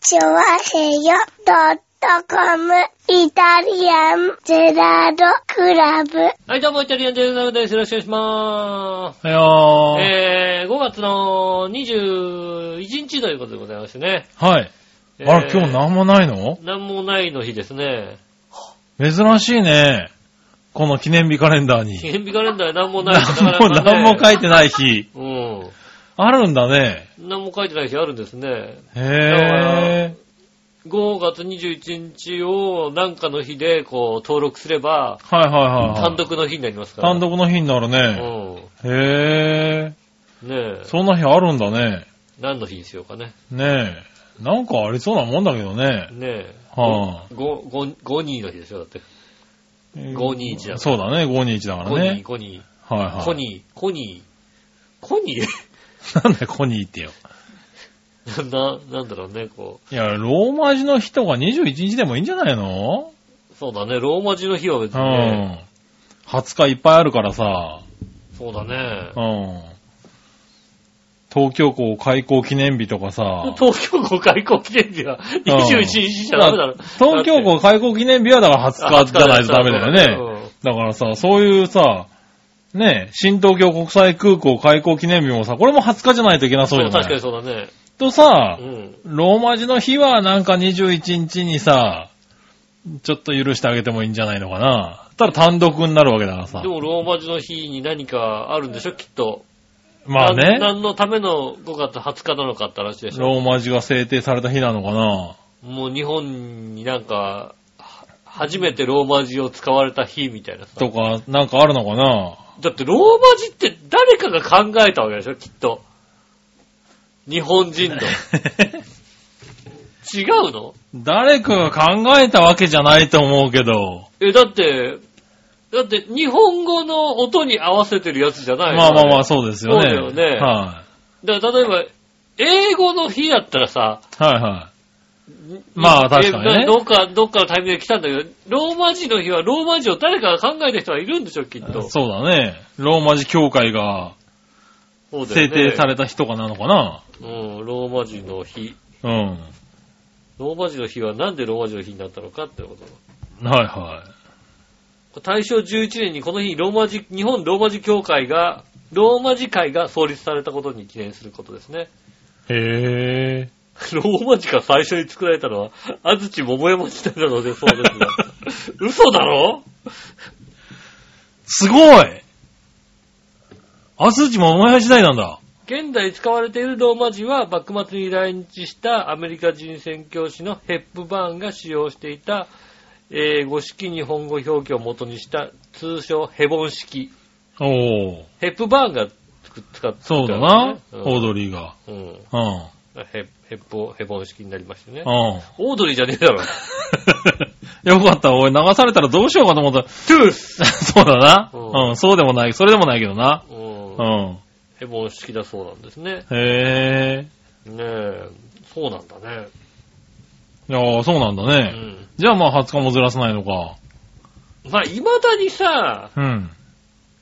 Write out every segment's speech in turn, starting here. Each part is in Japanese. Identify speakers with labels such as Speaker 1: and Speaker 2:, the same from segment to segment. Speaker 1: チョワヘヨドットコムイタリアンゼラードクラブ。
Speaker 2: はい、どうも、イタリアンジェルナルです。よろしくお願いしま
Speaker 3: はよ
Speaker 2: す。
Speaker 3: ー。
Speaker 2: えー、5月の21日ということでございましてね。
Speaker 3: はい。
Speaker 2: えー
Speaker 3: あら、今日なんもないの
Speaker 2: なんもないの日ですね。
Speaker 3: 珍しいね。この記念日カレンダー
Speaker 2: 記
Speaker 3: に。
Speaker 2: 念日カレンダーなんも ない
Speaker 3: なんも、なんも書いてない日。
Speaker 2: うん。
Speaker 3: あるんだね。
Speaker 2: 何も書いてない日あるんですね。
Speaker 3: へ
Speaker 2: 5月21日をなんかの日でこう登録すれば、
Speaker 3: ぇー。はいはいはいはい。
Speaker 2: 単。独の日になりますから。
Speaker 3: 単独の日になるね。へ
Speaker 2: うん。ねえ
Speaker 3: ぇー。。そんな日あるんだね。
Speaker 2: 何の日にしようかね。
Speaker 3: ねえ。なんかありそうなもんだけどね。
Speaker 2: ねえ。
Speaker 3: は
Speaker 2: 5、5、5人の日ですよ、だって。521だ
Speaker 3: そうだね、521だか
Speaker 2: 5
Speaker 3: ら
Speaker 2: 人、
Speaker 3: ね。
Speaker 2: 5人。
Speaker 3: はいはい。
Speaker 2: コニー、コニー、コニ
Speaker 3: なんだよ、コニーってよ。
Speaker 2: ー な、なんだろうね、こ
Speaker 3: いや、ローマ字の日とか21日でもいいんじゃないの
Speaker 2: う。そうだね、ローマ字の日は別
Speaker 3: う
Speaker 2: にね。
Speaker 3: ん。20日いっぱいあるからさ。
Speaker 2: そうだね
Speaker 3: う。ん。東京港開港記念日とかさ。
Speaker 2: 東京港開港記念日は21日じゃダメだろ。
Speaker 3: 東京港開港記念日はだから20日じゃないとダメだよ
Speaker 2: ね。
Speaker 3: ね。だからさ、そういうさ、ね、新東京国際空港開港記念日もさ、これも20日じゃないといけなそ
Speaker 2: そうう、
Speaker 3: よね。
Speaker 2: 確かにそうだね。
Speaker 3: とさ
Speaker 2: う、ん。
Speaker 3: ローマ字の日はなんか21日にさ、ちょっと許してあげてもいいんじゃないのかな。ただ単独になるわけだからさ
Speaker 2: で。もローマ字の日に何かあるんでしょ、きっと。
Speaker 3: ま
Speaker 2: な
Speaker 3: あ
Speaker 2: ん
Speaker 3: ね、
Speaker 2: 何のための5月20日なのかって話でしょ。
Speaker 3: ローマ字が制定された日なのかな。
Speaker 2: もう日本になんか、は初めてローマ字を使われた日みたいなさ。
Speaker 3: とか、なんかあるのかな。
Speaker 2: だってローマ字って誰かが考えたわけでしょ、きっと。日本人 の。違うの
Speaker 3: 誰かが考えたわけじゃないと思うけど。
Speaker 2: え、だって、だって日本語の音に合わせてるやつじゃないの
Speaker 3: まあまあまあ、
Speaker 2: れ
Speaker 3: そうですよね。
Speaker 2: そうだよね
Speaker 3: は
Speaker 2: だから例えば、英語の日だったらさ、
Speaker 3: い。はいはい。まあ確かにね
Speaker 2: えなどっか、どっかのタイミングで来たんだけど、ローマ字の日はローマ字を誰かが考えた人はいるんでしょ、きっと。
Speaker 3: そうだね。ローマ字協会が
Speaker 2: そうだよ
Speaker 3: 制
Speaker 2: ね
Speaker 3: 定された日とかなのかな。
Speaker 2: うん、ローマ字の日。
Speaker 3: うん。
Speaker 2: ローマ字の日はなんでローマ字の日になったのかってこと。
Speaker 3: はいは
Speaker 2: 大正11年にこの日にローマ字、日本ローマ字協会が、ローマ字会が創立されたことに記念することですね。
Speaker 3: い。へ
Speaker 2: ローマ字が最初に作られたのは、安土桃山時代なのでそうですが。 嘘だろ
Speaker 3: ー。すごい安土桃山時代なんだ。
Speaker 2: 現代使われているローマ字は、幕末に来日したアメリカ人宣教師のヘップバーンが使用していた、英語式日本語表記を元にした、通称ヘボン式。
Speaker 3: おー。
Speaker 2: ヘップバーンが作っ使ってた
Speaker 3: そ
Speaker 2: ん
Speaker 3: う
Speaker 2: だ
Speaker 3: だ
Speaker 2: よ
Speaker 3: な
Speaker 2: ね、。
Speaker 3: オードリーが。
Speaker 2: うんうん
Speaker 3: うん。
Speaker 2: ヘヘッポ、ヘボン式になりましてね。
Speaker 3: うん。
Speaker 2: オードリーじゃねえだろ。
Speaker 3: よかった。俺流されたらどうしようかと思った。 トゥースそうだな。
Speaker 2: うん
Speaker 3: うん、そうでもない。それでもないけどな。
Speaker 2: うん
Speaker 3: うん。
Speaker 2: ヘボン式だそうなんですね。
Speaker 3: へ
Speaker 2: ねえ、そうなんだね。
Speaker 3: ぇー。いやーそうなんだ
Speaker 2: う
Speaker 3: ね。
Speaker 2: ん。
Speaker 3: じゃあまあ20日もずらさないのか。
Speaker 2: まあ、未だにさ、
Speaker 3: うん。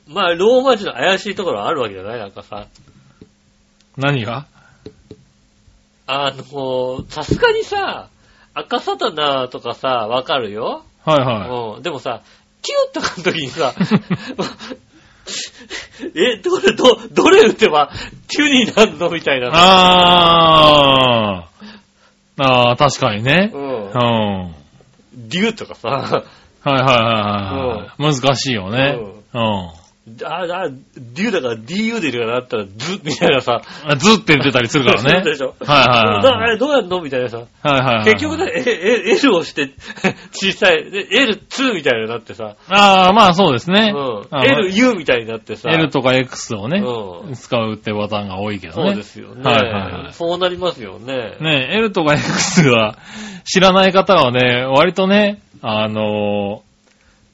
Speaker 2: まあ、ローマ字の怪しいところはあるわけじゃないなんかさ、
Speaker 3: 何が
Speaker 2: あの、さすがにさ、赤サタナとかさ、わかるよ。
Speaker 3: はいは
Speaker 2: うん。でもさ、キュッとかの時にさ、 え、どれ、ど、どれ打てば、キュになるのみたい
Speaker 3: い。
Speaker 2: なさ。
Speaker 3: あー。あー、確かにね
Speaker 2: う。
Speaker 3: うんん。。は
Speaker 2: デュとかさ、
Speaker 3: いはいはいはい。難しいよね。うん。
Speaker 2: あ、あ、デュだから DU でなったらズみたいなさ。
Speaker 3: あずって言ってたりするからね。
Speaker 2: そうでしょ
Speaker 3: はい
Speaker 2: だあ
Speaker 3: はいはい。
Speaker 2: れどうやんのみたいなさ。
Speaker 3: はいはいはい。
Speaker 2: 結局ね、ええ L を押して小さい、で L2 みたいになってさ、
Speaker 3: ああ、まあそうです
Speaker 2: う
Speaker 3: ね。
Speaker 2: ん、
Speaker 3: あの
Speaker 2: LU みたいになってさ、
Speaker 3: L とか X をね、
Speaker 2: うん
Speaker 3: 使うってパターンが多いけどね。
Speaker 2: そうですよね、
Speaker 3: はいはいは
Speaker 2: そうなりますよね。
Speaker 3: い。ね L とか X は、知らない方はね、割とね、あのー、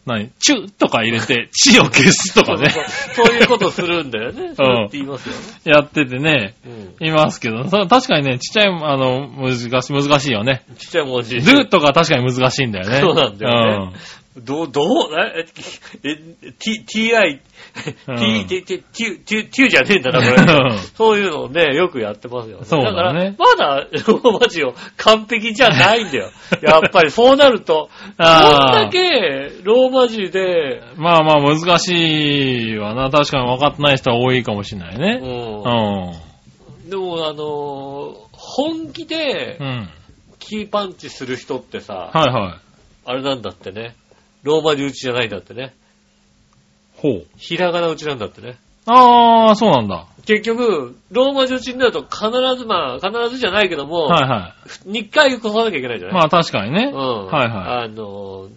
Speaker 3: 何、チュとか入 れて、チを消すと
Speaker 2: そ
Speaker 3: か
Speaker 2: うそう
Speaker 3: ね、
Speaker 2: そういうことするんだよね。そうって言いますよね。
Speaker 3: やっててね、
Speaker 2: うん
Speaker 3: いますけど、そう確かにね、ちっちゃい、あの、難しい、難しいよね。
Speaker 2: ちっちゃい文字。
Speaker 3: ルとか確かに難しいんだよね。
Speaker 2: そうなんだよね
Speaker 3: うん
Speaker 2: どう、どう、え、ええ t, ti,
Speaker 3: うん
Speaker 2: t, t, t, t, t, t じゃねえんだな、これ。そういうのをね、よくやってますよね。
Speaker 3: そうだね
Speaker 2: から、まだ、ローマ字を完璧じゃないんだ よ。やっぱり、そうなると、こん
Speaker 3: あー
Speaker 2: だけ、ローマ字で、。
Speaker 3: まあまあ難しいわな。確かに分かってない人は多いかもしれないうね。うんん。
Speaker 2: でも、あのー、本気で
Speaker 3: う、ん。
Speaker 2: キーパンチする人ってさ、
Speaker 3: はいはい。
Speaker 2: あれなんだってね。ローマ字打ちじゃないんだってね。
Speaker 3: ほう。
Speaker 2: ひらがな打ちなんだってね。
Speaker 3: ああ、そうなんだ。
Speaker 2: 結局、ローマ字打ちになると必ずまあ、必ずじゃないけども、
Speaker 3: はいは
Speaker 2: 2回越さなきゃいけないじゃな
Speaker 3: い。
Speaker 2: い、
Speaker 3: まあ確かにね。
Speaker 2: うん。
Speaker 3: はいは
Speaker 2: あの、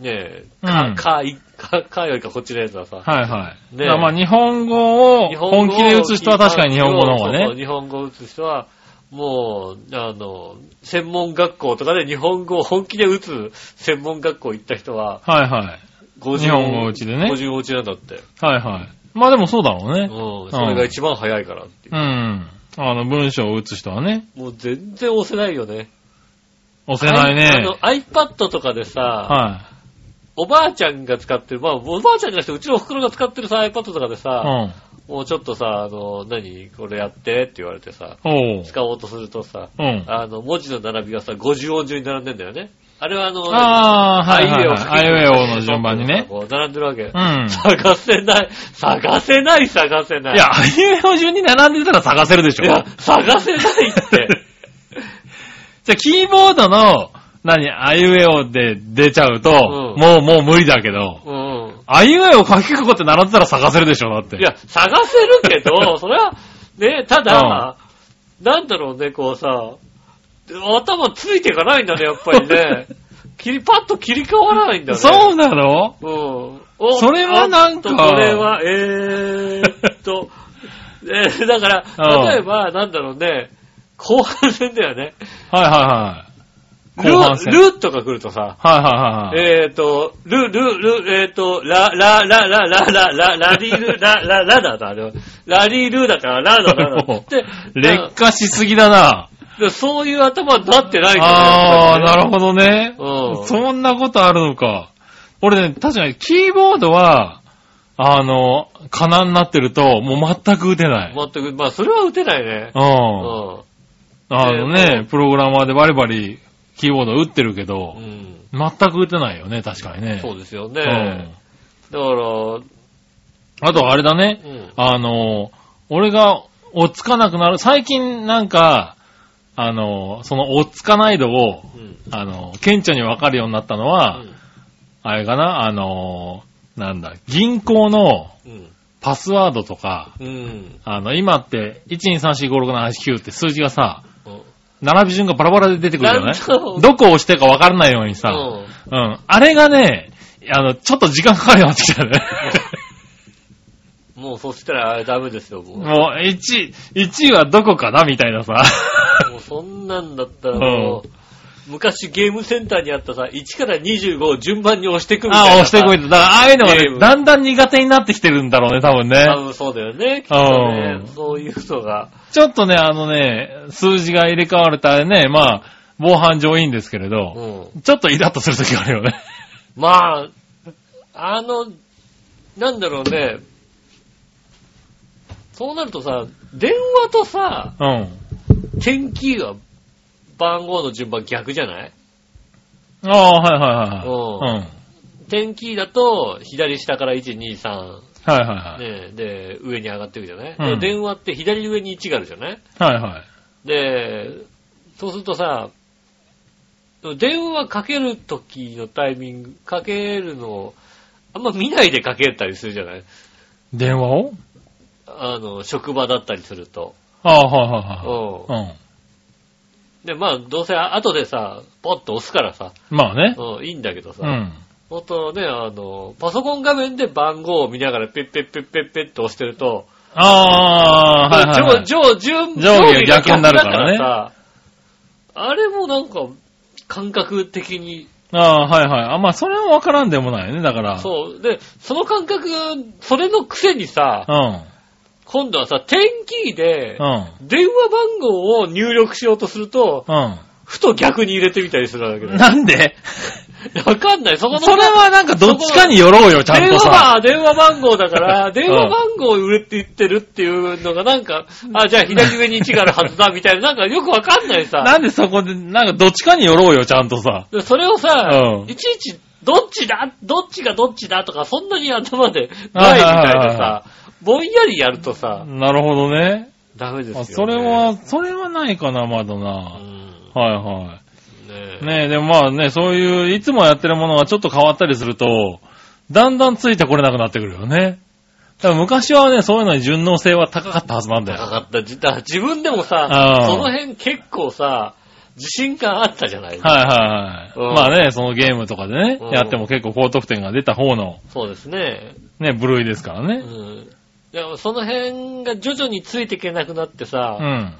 Speaker 2: ねえ、
Speaker 3: うん
Speaker 2: か、か、いか、かよりかこっちのやつはさ、
Speaker 3: い。はいはい。
Speaker 2: ね
Speaker 3: だからまあ日本語を本気で打つ人は確かに日本語の方
Speaker 2: そうそ
Speaker 3: が
Speaker 2: う
Speaker 3: ね。
Speaker 2: 日本語を打つ人は、もう、あの、専門学校とかで日本語を本気で打つ専門学校行った人は、
Speaker 3: はいはい。
Speaker 2: 50
Speaker 3: 日本語打ちでね
Speaker 2: 50打ちなんだって。
Speaker 3: はいはい。まあでもそうだろう
Speaker 2: う
Speaker 3: ね。
Speaker 2: ん。それが一番早いからっていう
Speaker 3: う。ん。あの文章を打つ人はね。
Speaker 2: もう全然押せないよね。
Speaker 3: 押せない
Speaker 2: あ
Speaker 3: ね
Speaker 2: の。、iPad とかでさ、
Speaker 3: は
Speaker 2: おばあちゃんが使ってる、まあ、おばあちゃんじゃなくて、うちのお袋が使ってるさ、iPad とかで
Speaker 3: い。う
Speaker 2: さ、
Speaker 3: ん。
Speaker 2: もうちょっとさ、あの、何、これやってって言われてさ、
Speaker 3: おう。
Speaker 2: 使おうとするとさ、
Speaker 3: うん。
Speaker 2: あの、文字の並びがさ、50音順に並んでんだよね。あれはあの、
Speaker 3: ああ、はいはいはい。
Speaker 2: 何
Speaker 3: あいうえおの順番にね。。
Speaker 2: こう並んでるわけ
Speaker 3: う。ん。
Speaker 2: 探せない、探せない、探せない。
Speaker 3: いや、あいうえお順に並んでたら探せるでしょ。
Speaker 2: いや、探せないって。
Speaker 3: じゃあ、キーボードの、何、あいうえおで出ちゃうと、
Speaker 2: うん
Speaker 3: もう、もう無理だけど、
Speaker 2: うん。
Speaker 3: あいうえお書き込むって並んでたら探せるでしょ、だって。
Speaker 2: いや、探せるけ ど、それは、ね、ただ、なんだろうね、こうさ、頭ついていかないんだね、やっぱり ね。切り、パッと切り替わらないんだね。
Speaker 3: そうなの
Speaker 2: う。うん。お
Speaker 3: それはなんか
Speaker 2: おっとこれは、えーっ と、えーだから、例えば、なんだろうね、後半戦だよね。
Speaker 3: はいはいはい。
Speaker 2: ル、
Speaker 3: 後半戦。
Speaker 2: ルとか来るとさ、
Speaker 3: はいはいはいはい。
Speaker 2: えーっと、ル、ル、ル、えーっと、ラ、ラ、ラ、ラ、ラ、ラ、ラ、ラリル、ラ、ラ、ラだな、あれは。ラリルだから、ラだな、ラだ。で、な
Speaker 3: 劣化しすぎだな。
Speaker 2: でそういう頭になってない
Speaker 3: ああ、なる
Speaker 2: ど。
Speaker 3: ほどね。
Speaker 2: うん
Speaker 3: そんなことあるのか。俺ね、確かにキーボードは、あの、かなになってると、もう全く打てない。
Speaker 2: 全く、まあ、それは打てないね。
Speaker 3: う。
Speaker 2: うんん。
Speaker 3: あのね、プログラマーでバリバリキーボード打ってるけど
Speaker 2: う、ん。
Speaker 3: 全く打てないよね、確かにね。
Speaker 2: そうですよ
Speaker 3: う
Speaker 2: ね。だから、
Speaker 3: ん。あとあれだね
Speaker 2: う、ん。
Speaker 3: あの、俺が追っつかなくなる、最近なんか、あの、その追っつかない度を、
Speaker 2: うん。
Speaker 3: あの、顕著にわかるようになったのは、
Speaker 2: うん
Speaker 3: あれかな、あの、なんだ、銀行の
Speaker 2: うん。
Speaker 3: パスワードとか、
Speaker 2: うん。
Speaker 3: あの、今って、123456789って数字がさ、
Speaker 2: うん
Speaker 3: 並び順がバラバラで出てくるじゃない
Speaker 2: なんと
Speaker 3: どこを押してかわからないようにさ、うん。あれがね、あの、ちょっと時間かかるようになって きたね。
Speaker 2: うんもうそしたらあれダメですよ、もう。も
Speaker 3: もう、1、1位はどこかなみたいなさ。
Speaker 2: うそんなんだったらもう、昔ゲームセンターにあったさ、1から25を順番に押していくみたい
Speaker 3: あ
Speaker 2: な。
Speaker 3: あ、押してこい
Speaker 2: い。
Speaker 3: と。だから、ああいうのが
Speaker 2: ゲー
Speaker 3: ね、
Speaker 2: ム
Speaker 3: だんだん苦手になってきてるんだろうね、多分ね。
Speaker 2: 多分そうだよね、きっとね
Speaker 3: うん。
Speaker 2: そういう人が。
Speaker 3: ちょっとね、あのね、数字が入れ替わるとあれね、まあ、防犯上いいんですけれ
Speaker 2: う
Speaker 3: ど、
Speaker 2: ん。
Speaker 3: ちょっとイラッとするときあるよね。
Speaker 2: まあ、あの、なんだろうね。そうなるとさ、電話とさ、
Speaker 3: うん。
Speaker 2: 天気が番号の順番逆じゃない
Speaker 3: ああ、はいはいはいはい。うん。
Speaker 2: 天気だと、左下から1、2、3、
Speaker 3: はいはいはい。
Speaker 2: ね、で、上に上がっていくじゃない、
Speaker 3: うん
Speaker 2: で電話って左上に1があるじゃない
Speaker 3: はいはい。
Speaker 2: で、そうするとさ、電話かけるときのタイミング、かけるのを、あんま見ないでかけたりするじゃない
Speaker 3: 電話を
Speaker 2: あの、職場だったりすると。
Speaker 3: ああ、はいは
Speaker 2: う
Speaker 3: いはい。うん。
Speaker 2: ん。で、まあ、どうせ後でさ、ポッと押すからさ、
Speaker 3: まあね。
Speaker 2: うん、いいんだけどさ、
Speaker 3: うん。
Speaker 2: ほんとね、あの、パソコン画面で番号を見ながらペッペッペッペッペッと押してると、
Speaker 3: ああ、はいはいはい。
Speaker 2: 上上順
Speaker 3: 上下が逆になる
Speaker 2: 上下が逆だ
Speaker 3: からね
Speaker 2: からさあれもなんか、感覚的に、
Speaker 3: ああ、はいはい。あ、まあ、それはわからんでもないね、だから。う。
Speaker 2: そう。で、その感覚、それのくせにさ
Speaker 3: う、ん。
Speaker 2: 今度はさ、テンキーで
Speaker 3: う、ん。
Speaker 2: 電話番号を入力しようとすると、
Speaker 3: う
Speaker 2: ふと逆に入れてみたりするわけだ
Speaker 3: ん。
Speaker 2: よ。
Speaker 3: なんで
Speaker 2: わかんない。そこの
Speaker 3: それはなんかどっちかによろうよ、ちゃ
Speaker 2: 電
Speaker 3: んと
Speaker 2: 話
Speaker 3: さ。
Speaker 2: 番、電話番号だから、電話番号を売れって言ってるっていうのがなんか、あ、じゃあ左上に1があるはずだみたいな、なんかよくわかんないさ。
Speaker 3: なんでそこで、なんかどっちかによろうよ、ちゃんとさ。
Speaker 2: でそれをさ、
Speaker 3: うん
Speaker 2: いちいち、どっちだどっちがどっちだとか、そんなに頭でないみたい
Speaker 3: はいはい
Speaker 2: な
Speaker 3: はいは
Speaker 2: さ、ぼんやりやるとさ、
Speaker 3: なるほどね。
Speaker 2: ダメですよ、
Speaker 3: あ
Speaker 2: ね。
Speaker 3: それは、それはないかな、まだ
Speaker 2: う
Speaker 3: な。
Speaker 2: ん、
Speaker 3: はいは
Speaker 2: ね
Speaker 3: い。ねえ、でもまあね、そういう、いつもやってるものがちょっと変わったりすると、だんだんついてこれなくなってくるよね。だから昔はね、そういうのに順応性は高かったはずなんだ
Speaker 2: 高
Speaker 3: よ。
Speaker 2: かった。じだから自分でも
Speaker 3: あ
Speaker 2: さ
Speaker 3: あ、
Speaker 2: その辺結構さ、自信感あったじゃない、
Speaker 3: はいはいは
Speaker 2: うん
Speaker 3: い。まあね、そのゲームとかでね
Speaker 2: うん、
Speaker 3: やっても結構高得点が出た方の、
Speaker 2: そうですね。
Speaker 3: ね、部類ですから
Speaker 2: う
Speaker 3: ね。
Speaker 2: ん。でもその辺が徐々についていけなくなって
Speaker 3: う
Speaker 2: さ、
Speaker 3: ん。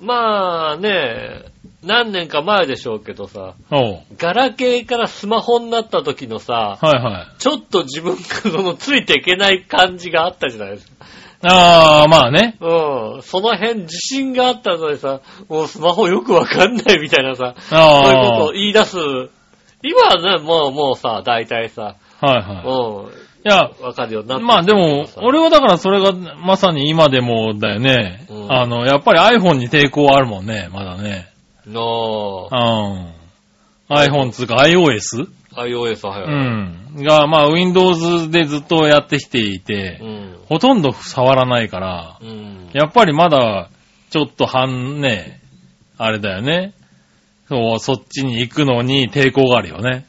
Speaker 2: まあね、何年か前でしょうけどさ、
Speaker 3: おう。
Speaker 2: ガラケーからスマホになった時のさ、
Speaker 3: はいはい。
Speaker 2: ちょっと自分がそのついていけない感じがあったじゃないですか。
Speaker 3: ああ、まあね。
Speaker 2: うん。その辺自信があったのでさ、もうスマホよくわかんないみたいなさ、そういうこと
Speaker 3: ああ
Speaker 2: を。言い出す。今はね、もう、もうさ、大体さ、
Speaker 3: はい
Speaker 2: うん
Speaker 3: はい。いや、
Speaker 2: わかるようになってき
Speaker 3: まあ
Speaker 2: たけ
Speaker 3: で
Speaker 2: ど
Speaker 3: も
Speaker 2: さ、
Speaker 3: 俺はだからそれがまさに今でもだよね。
Speaker 2: うん
Speaker 3: あの、やっぱり iPhone に抵抗あるもんね、まだね。
Speaker 2: の
Speaker 3: うん。iPhone つうか iOS?
Speaker 2: iOS は
Speaker 3: う
Speaker 2: 早い。
Speaker 3: ん。が、まあ Windows でずっとやってきていて、
Speaker 2: うん。
Speaker 3: ほとんど触らないから、
Speaker 2: うん。
Speaker 3: やっぱりまだ、ちょっと半ね、あれだよね。そう、そっちに行くのに抵抗があるよね。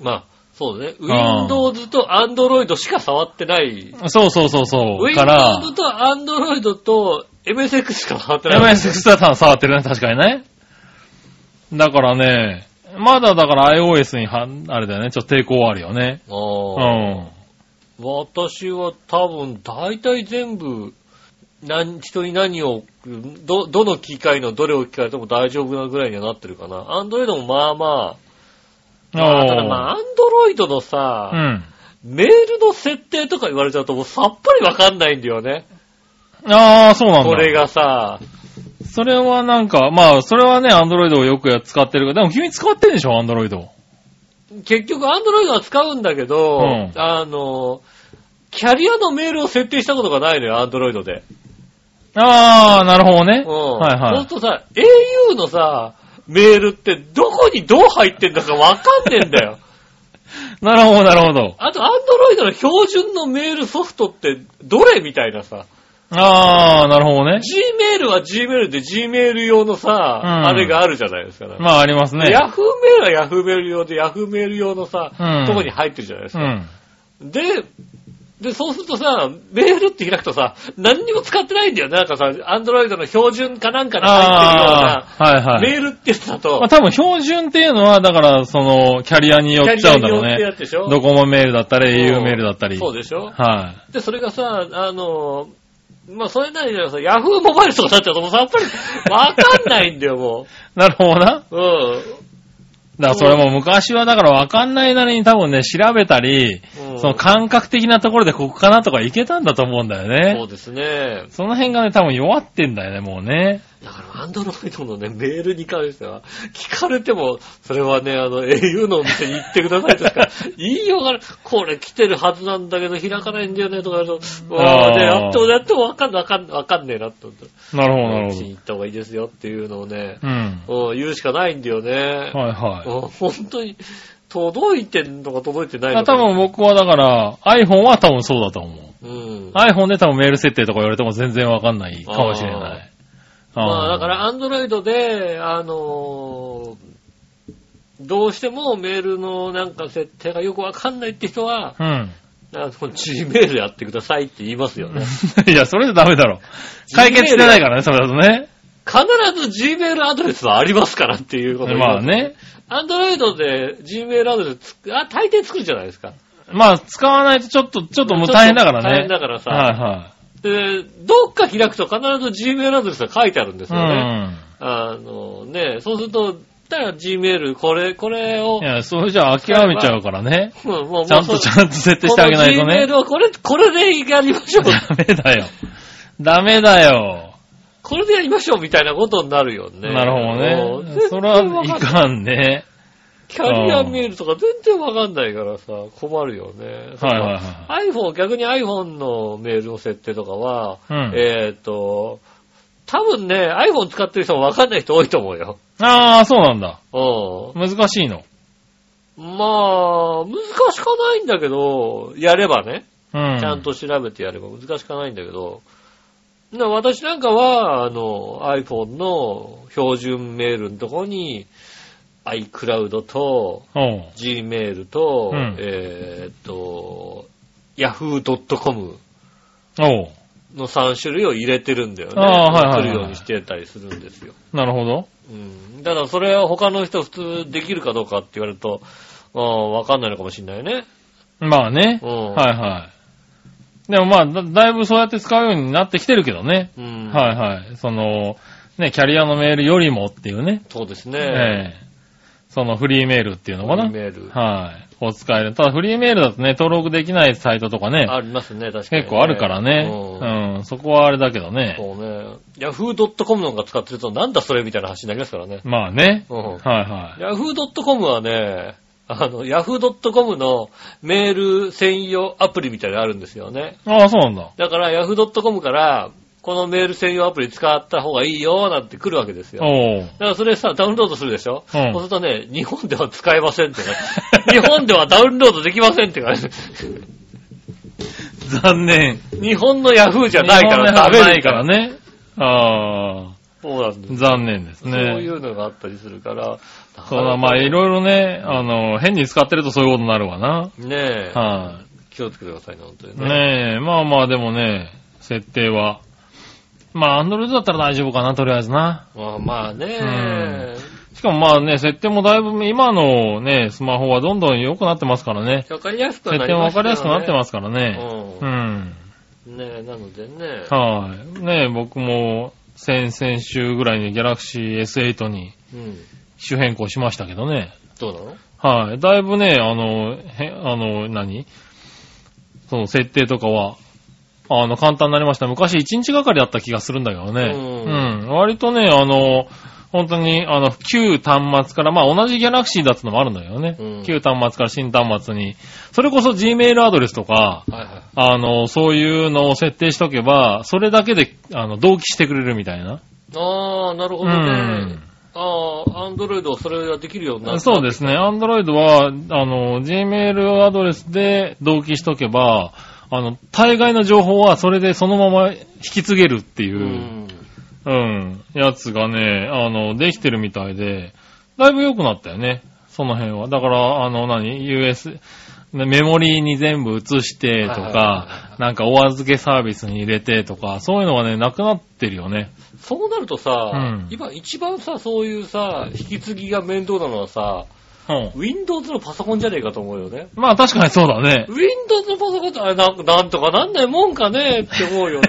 Speaker 2: まあ、そうね。Windows と Android しか触ってない。
Speaker 3: そうそうそうそう。から、
Speaker 2: Windows と Android と MSX しか触ってない。
Speaker 3: MSX だったら触ってるね、確かにね。だからね、まだだから iOS には、あれだよね、ちょっと抵抗はあるよね。
Speaker 2: あ
Speaker 3: う
Speaker 2: ー
Speaker 3: ん。
Speaker 2: 私は多分大体全部、何、人に何を、ど、どの機械のどれを聞かれても大丈夫なぐらいにはなってるかな。アンドロイドもまあまあ。まあ、ただまあ、アンドロイドのさ、
Speaker 3: うん。
Speaker 2: メールの設定とか言われちゃうともうさっぱりわかんないんだよね。
Speaker 3: ああ、そうなんだ。
Speaker 2: これ。がさ、
Speaker 3: それはなんか、まあ、それはね、Android をよくや使ってるけど、でも君使ってんでしょ、Android。
Speaker 2: 結局アンドロイドは使うんだけど、
Speaker 3: うん
Speaker 2: あの、キャリアのメールを設定したことがないのよ、アンドロイドで。
Speaker 3: ああ、なるほどね。
Speaker 2: うん。
Speaker 3: はいは
Speaker 2: そう
Speaker 3: い
Speaker 2: す。るとさ、au のさ、メールってどこにどう入ってんだかわかんねえんだ よ。
Speaker 3: なるほど、なるほど。
Speaker 2: あと、アンドロイドの標準のメールソフトってどれみたいなさ。
Speaker 3: ああ、なるほどね。
Speaker 2: Gmail は Gmail で Gmail 用のさ、あれがあるじゃないですか。
Speaker 3: まあ、ありますね。
Speaker 2: ヤフーメールはヤフーメール用で、ヤフーメール用のさ、
Speaker 3: うん
Speaker 2: とこに入ってるじゃないです
Speaker 3: う
Speaker 2: か。
Speaker 3: ん。
Speaker 2: で、で、そうするとさ、メールって開くとさ、何にも使ってないんだよね。なんかさ、アンドロイドの標準かなんかに入
Speaker 3: あ
Speaker 2: って
Speaker 3: あ、はいはい。
Speaker 2: るような、メールってやつだと、
Speaker 3: まあ多分標準っていうのは、だから、その、キャリアによっちゃうんだろう
Speaker 2: キャリアによってや
Speaker 3: ね
Speaker 2: つでしょ。
Speaker 3: ドコモメールだったり、
Speaker 2: う
Speaker 3: au
Speaker 2: ん
Speaker 3: メールだったり。
Speaker 2: そうでしょ
Speaker 3: は
Speaker 2: で、それがさ、あの、まあ、それなりにさ、ヤフーモバイルとかになっちゃうと、もうさっぱり、わかんないんだよ、も
Speaker 3: い。なるほどな。だか
Speaker 2: う。うん。
Speaker 3: らそれも昔はだからわかんないなりに多分ね、調べたり、
Speaker 2: うん
Speaker 3: その感覚的なところでここかなとかいけたんだと思うんだよ
Speaker 2: そう
Speaker 3: ね。
Speaker 2: ですね。
Speaker 3: その辺がね、多分弱ってんだよね、もうね。
Speaker 2: だから、アンドロイドのね、メールに関しては、聞かれても、それはね、あの、au のお店に行ってくださいとし か、言いようがない。これ来てるはずなんだけど、開かないんだよね、とか言うと、わ
Speaker 3: あー
Speaker 2: あ、ね、やってもやってもわかんわかん、わかんねえなって思って。
Speaker 3: なるほど、なる
Speaker 2: う
Speaker 3: ほ
Speaker 2: ち
Speaker 3: ど
Speaker 2: に。行った方がいいですよっていうのをね、
Speaker 3: うん。
Speaker 2: うん、言うしかないんだよね。
Speaker 3: はいはい。
Speaker 2: うん本当に、届いてんのか届いてない
Speaker 3: ま
Speaker 2: の
Speaker 3: あ多
Speaker 2: か。
Speaker 3: 分僕はだから、iPhone は多分そうだと思う。
Speaker 2: うん。
Speaker 3: iPhone で多分メール設定とか言われても全然わかんないかもしれない。
Speaker 2: まあ、だから、
Speaker 3: あ
Speaker 2: アンドロイドで、あのーどうしてもメールのなんか設定がよくわかんないって人は、
Speaker 3: ー、うん。
Speaker 2: なんかこの G メールやってくださいって言いますよね。
Speaker 3: いや、それじゃダメだろ。解決してないからね、それだとね。
Speaker 2: 必ず G メールアドレスはありますからっていうことを言い
Speaker 3: まあ
Speaker 2: す。
Speaker 3: ね。
Speaker 2: アンドロイドで G メールアドレスつく、あ、大抵作るじゃないですか。
Speaker 3: まあ、使わないとちょっと、ちょっともう大変だからね。
Speaker 2: 大変だからさ、
Speaker 3: は
Speaker 2: で、どっか開くと必ず G メールアドレスが書いてあるんです
Speaker 3: い
Speaker 2: よね。
Speaker 3: はい。
Speaker 2: あのね、そうすると、ただ G メール、これ、これを
Speaker 3: うん。い、や、それじゃ諦めちゃうからね。
Speaker 2: うんもう、もう
Speaker 3: ちゃんとちゃんと設定してあげないと
Speaker 2: この G メー
Speaker 3: ね。
Speaker 2: ルをこれ、これでやりましょう。
Speaker 3: ダメだよ。ダメだよ。
Speaker 2: これでやりましょうみたいなことになるよね。
Speaker 3: なるほどね。
Speaker 2: もう
Speaker 3: それはいかんね。
Speaker 2: キャリアメールとか全然わかんないからさ、困るよね。
Speaker 3: はいはいは
Speaker 2: iPhone、逆に iPhone のメールの設定とかは、
Speaker 3: うん
Speaker 2: えっ、と、多分ね、iPhone 使ってる人もわかんない人多いと思うよ。
Speaker 3: ああ、そうなんだ。
Speaker 2: う
Speaker 3: 難しいの。
Speaker 2: ん。まあ、難しくはないんだけど、やればね、
Speaker 3: うん。
Speaker 2: ちゃん。と調べてやれば難しくはないんだけど、な私なんかは、あの、iPhone の標準メールのとこに、iCloud と、
Speaker 3: おう。
Speaker 2: Gmail と、
Speaker 3: うん
Speaker 2: えーっと、yahoo.com
Speaker 3: おう。
Speaker 2: の3種類を入れてるんだよね。
Speaker 3: あーはいはいはい
Speaker 2: 映るようにしてたりするんですよ。
Speaker 3: なるほど。
Speaker 2: うん。だからそれは他の人普通できるかどうかって言われると、あーわかんないのかもしれないね。
Speaker 3: まあね。
Speaker 2: うん
Speaker 3: はいはい。でもまあだ、だいぶそうやって使うようになってきてるけどね。
Speaker 2: うん。
Speaker 3: はいはい。その、ね、キャリアのメールよりもっていうね。
Speaker 2: そうです
Speaker 3: え
Speaker 2: ね。
Speaker 3: えそのフリーメールっていうのかな。
Speaker 2: メール。
Speaker 3: はい。お使える。ただフリーメールだとね、登録できないサイトとかね、
Speaker 2: ありますね、確かに、
Speaker 3: 結構あるからね。
Speaker 2: うん。
Speaker 3: うん。そこはあれだけどね。
Speaker 2: そうね。yahoo.com なんか使ってるとなんだそれみたいな話になりますからね。
Speaker 3: まあね。
Speaker 2: うん。
Speaker 3: はいはい。
Speaker 2: Yahoo.com はね、あの、Yahoo.com のメール専用アプリみたいなのあるんですよね。
Speaker 3: ああ、そうなんだ。
Speaker 2: だから Yahoo.com から、このメール専用アプリ使った方がいいよ、なんて来るわけですよ。
Speaker 3: おう。
Speaker 2: だからそれさ、ダウンロードするでしょ、
Speaker 3: うん
Speaker 2: そうするとね、日本では使えませんってね。日本ではダウンロードできませんって言われる。
Speaker 3: 残念。
Speaker 2: 日本の Yahoo じゃないからダメ
Speaker 3: な
Speaker 2: だ
Speaker 3: いから。ね。ああ、
Speaker 2: そうなんです。
Speaker 3: 残念ですね。
Speaker 2: そういうのがあったりするから。
Speaker 3: そうだ、まあいろいろね、あの、変に使ってるとそういうことになるわな。
Speaker 2: ねえ、
Speaker 3: は
Speaker 2: 気をつけてくださいね、本当に
Speaker 3: い。
Speaker 2: ね。
Speaker 3: ねえ、まあまあでもね、設定は。まあ、アンドロイドだったら大丈夫かな、とりあえずな。
Speaker 2: まあまあね、
Speaker 3: うんしかもまあね、設定もだいぶ、今のね、スマホはどんどん良くなってますからね。
Speaker 2: わかりやすくは
Speaker 3: 設
Speaker 2: な
Speaker 3: 定
Speaker 2: り
Speaker 3: も
Speaker 2: ま
Speaker 3: わ
Speaker 2: し
Speaker 3: か
Speaker 2: たよね
Speaker 3: りやすくなってますからね。う。
Speaker 2: うんん。ねえ、なのでね。
Speaker 3: はい。ねえ、僕も、先々週ぐらいにギャラクシー S8 に
Speaker 2: うん。
Speaker 3: 機種変更しましたけどね。
Speaker 2: どうなの
Speaker 3: はい。だいぶね、あの、へあの、何その設定とかは、あの、簡単になりました。昔1日がかりだった気がするんだけどね。
Speaker 2: うん
Speaker 3: うん割とね、あの、本当に、あの、旧端末から、まあ、同じギャラクシーだったのもあるんだけどね。
Speaker 2: うん
Speaker 3: 旧端末から新端末に。それこそ Gmail アドレスとか、
Speaker 2: はいはい。
Speaker 3: あの、そういうのを設定しとけば、それだけで、あの、同期してくれるみたいな。
Speaker 2: ああ、なるほどね。ああ、アンドロイドはそれができるようになった。
Speaker 3: そうですね。アンドロイドは、あの、Gmail アドレスで同期しとけば、あの、大概の情報はそれでそのまま引き継げるっていうう、
Speaker 2: ん。
Speaker 3: うん、やつがね、あの、できてるみたいで、だいぶ良くなったよね。その辺は。だから、あの、何 ?US、メモリーに全部移してと
Speaker 2: はいはいはい
Speaker 3: か、なんかお預けサービスに入れてとか、そういうのがね、なくなってるよね。
Speaker 2: そうなるとさ、
Speaker 3: うん
Speaker 2: 今一番さ、そういうさ、引き継ぎが面倒なのはさ、
Speaker 3: うん。
Speaker 2: Windows のパソコンじゃねえかと思うよね。
Speaker 3: まあ確かにそうだね。
Speaker 2: Windows のパソコンって、あれなんなんとかなんないもんかねって思うよ ね。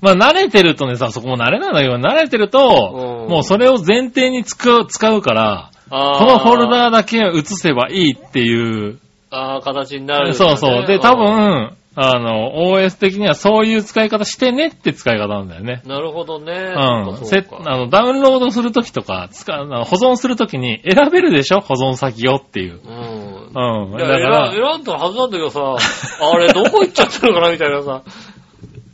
Speaker 3: まあ慣れてるとね、さ、そこも慣れなんだけど、慣れてると、
Speaker 2: うん
Speaker 3: もうそれを前提に使う、使うから、
Speaker 2: あ
Speaker 3: このフォルダ
Speaker 2: ー
Speaker 3: ーだけ移せばいいっていう、
Speaker 2: あー、形になるよね、
Speaker 3: そうそう。で、
Speaker 2: ん
Speaker 3: 多。分、あの、OS 的にはそういう使い方してねって使い方なんだよね。
Speaker 2: なるほどね。
Speaker 3: うん。
Speaker 2: そう
Speaker 3: せ
Speaker 2: かそうか
Speaker 3: あのダウンロードするときとか、使うあの保存するときに選べるでしょ保存先をっていう。
Speaker 2: うん
Speaker 3: うん。だ。か
Speaker 2: いや、
Speaker 3: ら、
Speaker 2: 選選んだはずなんだけどさ、あれ、どこ行っちゃったのかなみたいなさ、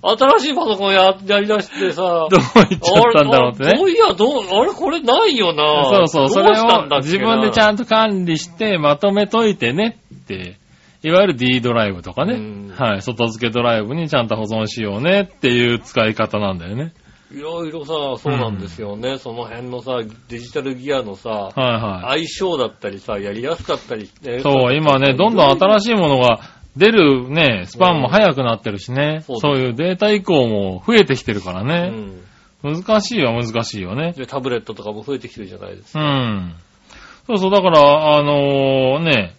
Speaker 2: 新しいパソコンややり出してさ、
Speaker 3: どこ行っちゃったんだろうって
Speaker 2: あれ
Speaker 3: ね
Speaker 2: あ。そういや、どう、あれ、これないよな。
Speaker 3: そうそう、そ
Speaker 2: どう
Speaker 3: れ
Speaker 2: したんだ
Speaker 3: を
Speaker 2: っけ
Speaker 3: 自分でち
Speaker 2: ん
Speaker 3: ゃんと管理してまとめといてねって、いわゆる D ドライブとか
Speaker 2: う
Speaker 3: ね
Speaker 2: ん、
Speaker 3: はい、外付けドライブにちゃんと保存しようねっていう使い方なんだよね。
Speaker 2: いろいろさ、そうなんですよね。その辺のさ、デジタルギアのさ、
Speaker 3: は
Speaker 2: 相性だったりさ、やりやすかったりして
Speaker 3: いはい。そう、今ね、どんどん新しいものが出るね、スパンも早くなってるしね、
Speaker 2: そうだ
Speaker 3: そういうデータ移行も増えてきてるから
Speaker 2: う
Speaker 3: ね、
Speaker 2: ん。
Speaker 3: 難しいは難しいよね。
Speaker 2: で、タブレットとかも増えてきてるじゃないですか。
Speaker 3: うん。そうそう、だから、あのね、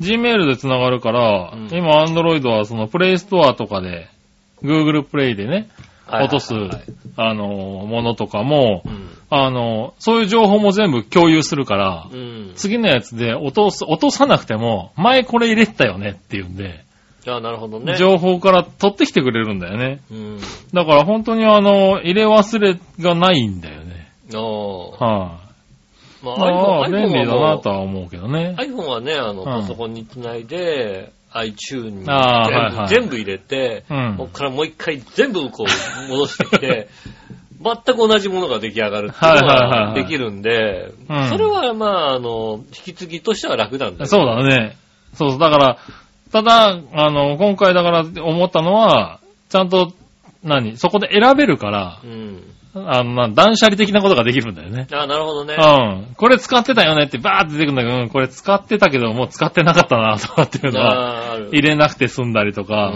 Speaker 3: Gmail で繋がるから、
Speaker 2: うん
Speaker 3: 今 Android はその Play Store とかで、Google Play でね、
Speaker 2: はいはいはい
Speaker 3: 落とす、あのものとかも
Speaker 2: う、ん。
Speaker 3: あのそういう情報も全部共有するから、
Speaker 2: うん。
Speaker 3: 次のやつで落とす、落とさなくても、前これ入れてたよねっていうんで、
Speaker 2: じゃあ、なるほどね。
Speaker 3: 情報から取ってきてくれるんだよね。
Speaker 2: うん。
Speaker 3: だから本当にあの、入れ忘れがないんだよね。
Speaker 2: ああ。
Speaker 3: はい、
Speaker 2: ま
Speaker 3: あ
Speaker 2: あ、
Speaker 3: あ、
Speaker 2: iPhone,
Speaker 3: 便利だなと
Speaker 2: は
Speaker 3: は思うけどね。
Speaker 2: iPhone はね、あの、
Speaker 3: ん
Speaker 2: パソコンにつないで、iTune に全部,、
Speaker 3: あーはいはい
Speaker 2: 全部入れて、
Speaker 3: うん
Speaker 2: ここからもう一回全部こう戻してき て、全く同じものが出来上がるっていうの
Speaker 3: はいはいはい
Speaker 2: が
Speaker 3: はい
Speaker 2: できるんで、
Speaker 3: うん
Speaker 2: それはまあ、あの、引き継ぎとしては楽なんだよ
Speaker 3: そうだね。そうそう。だから、ただ、あの、今回だから思ったのは、ちゃんと、何そこで選べるから
Speaker 2: う、ん。
Speaker 3: あの、な断捨離的なことができるんだよね。
Speaker 2: あなるほどね。
Speaker 3: うん。これ使ってたよねってバーって出てくるんだけど、うん、これ使ってたけど、もう使ってなかったな、 とかっていうの
Speaker 2: あー
Speaker 3: は、
Speaker 2: ある
Speaker 3: 入れなくて済んだりとか、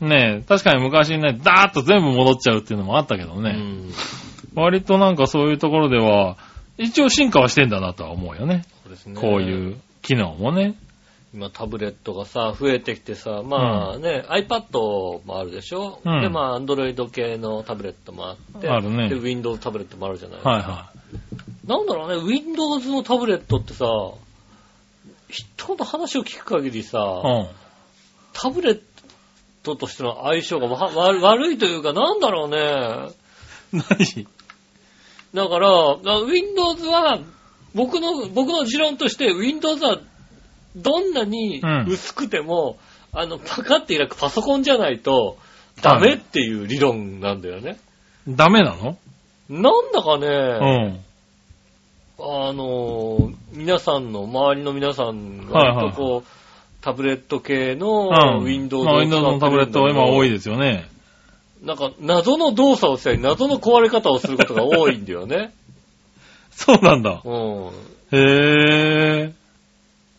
Speaker 3: ねえ、確かに昔ね、ダーッと全部戻っちゃうっていうのもあったけど
Speaker 2: うんう
Speaker 3: ね、
Speaker 2: ん。
Speaker 3: 割となんかそういうところでは、一応進化はしてんだなとは思うよね。
Speaker 2: そうですね。
Speaker 3: こういう機能もね。
Speaker 2: 今タブレットがさ、増えてきてさ、まあね、iPad もあるでしょ、
Speaker 3: うん
Speaker 2: で、まあ Android 系のタブレットもあって、
Speaker 3: あるね
Speaker 2: で、Windows タブレットもあるじゃない、
Speaker 3: はいは
Speaker 2: なんだろうね、Windows のタブレットってさ、人の話を聞く限りさ、
Speaker 3: い。
Speaker 2: タブレットとしての相性がわわ悪いというか、なんだろうね。
Speaker 3: うん。何
Speaker 2: だから、あ Windows は、僕の、僕の持論として Windows は、どんなに
Speaker 3: うん
Speaker 2: 薄くても、あの、パカって開くパソコンじゃないと、ダメっていう理論なんだよね。
Speaker 3: ダメなの
Speaker 2: なんだか
Speaker 3: う
Speaker 2: ね、
Speaker 3: ん。
Speaker 2: あの、皆さんの、周りの皆さんが、
Speaker 3: はいはい
Speaker 2: 割とこう、タブレット系の
Speaker 3: うん。
Speaker 2: Windows
Speaker 3: まあ Windows のタブレットは今多いですよね。
Speaker 2: なんか、謎の動作をしたり、謎の壊れ方をすることが多いんだよね。
Speaker 3: そうなんだ。
Speaker 2: うん。
Speaker 3: へ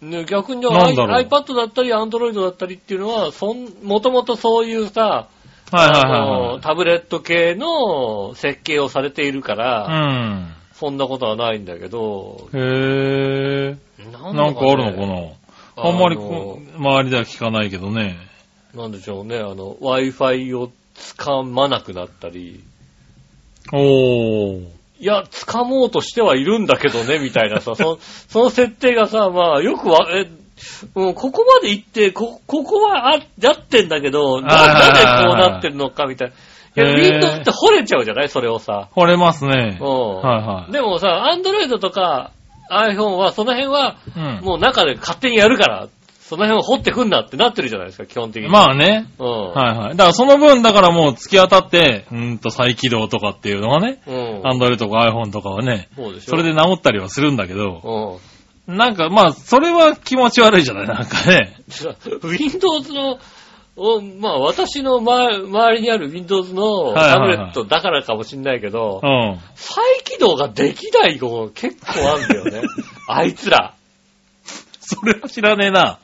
Speaker 3: え。
Speaker 2: ね、逆にだ
Speaker 3: なんだろう
Speaker 2: iPad だったり Android だったりっていうのは、そん、もともとそういうさ、
Speaker 3: はいはい
Speaker 2: あのタブレット系の設計をされているから、
Speaker 3: はいはい。
Speaker 2: そんなことはないんだけど、
Speaker 3: うん。へえ。
Speaker 2: な
Speaker 3: なんかあるのかなあんまりこ
Speaker 2: こ
Speaker 3: う周りでは聞かないけどね。
Speaker 2: なんでしょうね、あの、Wi-Fi を掴まなくなったり、
Speaker 3: おー。
Speaker 2: いや、掴もうとしてはいるんだけどね、みたいなさ、そ その設定がさ、まあ、よくわ、え、うん、ここまで行って、こ、ここはあ、やってんだけど、な、なんでこうなってるのか、みたいな。いや、
Speaker 3: へー
Speaker 2: Windows って掘れちゃうじゃないそれをさ。
Speaker 3: 惚れますね。
Speaker 2: うん。
Speaker 3: はいはい。
Speaker 2: でもさ、Android とか iPhone は、その辺は、
Speaker 3: うん
Speaker 2: もう中で勝手にやるから、その辺を掘ってくんなってなってるじゃないですか、基本的に。
Speaker 3: まあね。
Speaker 2: うん。
Speaker 3: はいはい。だからその分、だからもう突き当たって、うーんと再起動とかっていうのがね、
Speaker 2: うん。
Speaker 3: アンドロイドとか iPhone とかはね、
Speaker 2: そうでしょ。
Speaker 3: それで治ったりはするんだけど、
Speaker 2: うん。
Speaker 3: なんかまあ、それは気持ち悪いじゃないなんかね。
Speaker 2: Windows の、おまあ私の周周りにある Windows の
Speaker 3: はい
Speaker 2: タブ
Speaker 3: はいはい
Speaker 2: レットだからかもしんないけど、
Speaker 3: うん。
Speaker 2: 再起動ができない子結構あるんだよ ね。あいつら。
Speaker 3: それは知らねえな。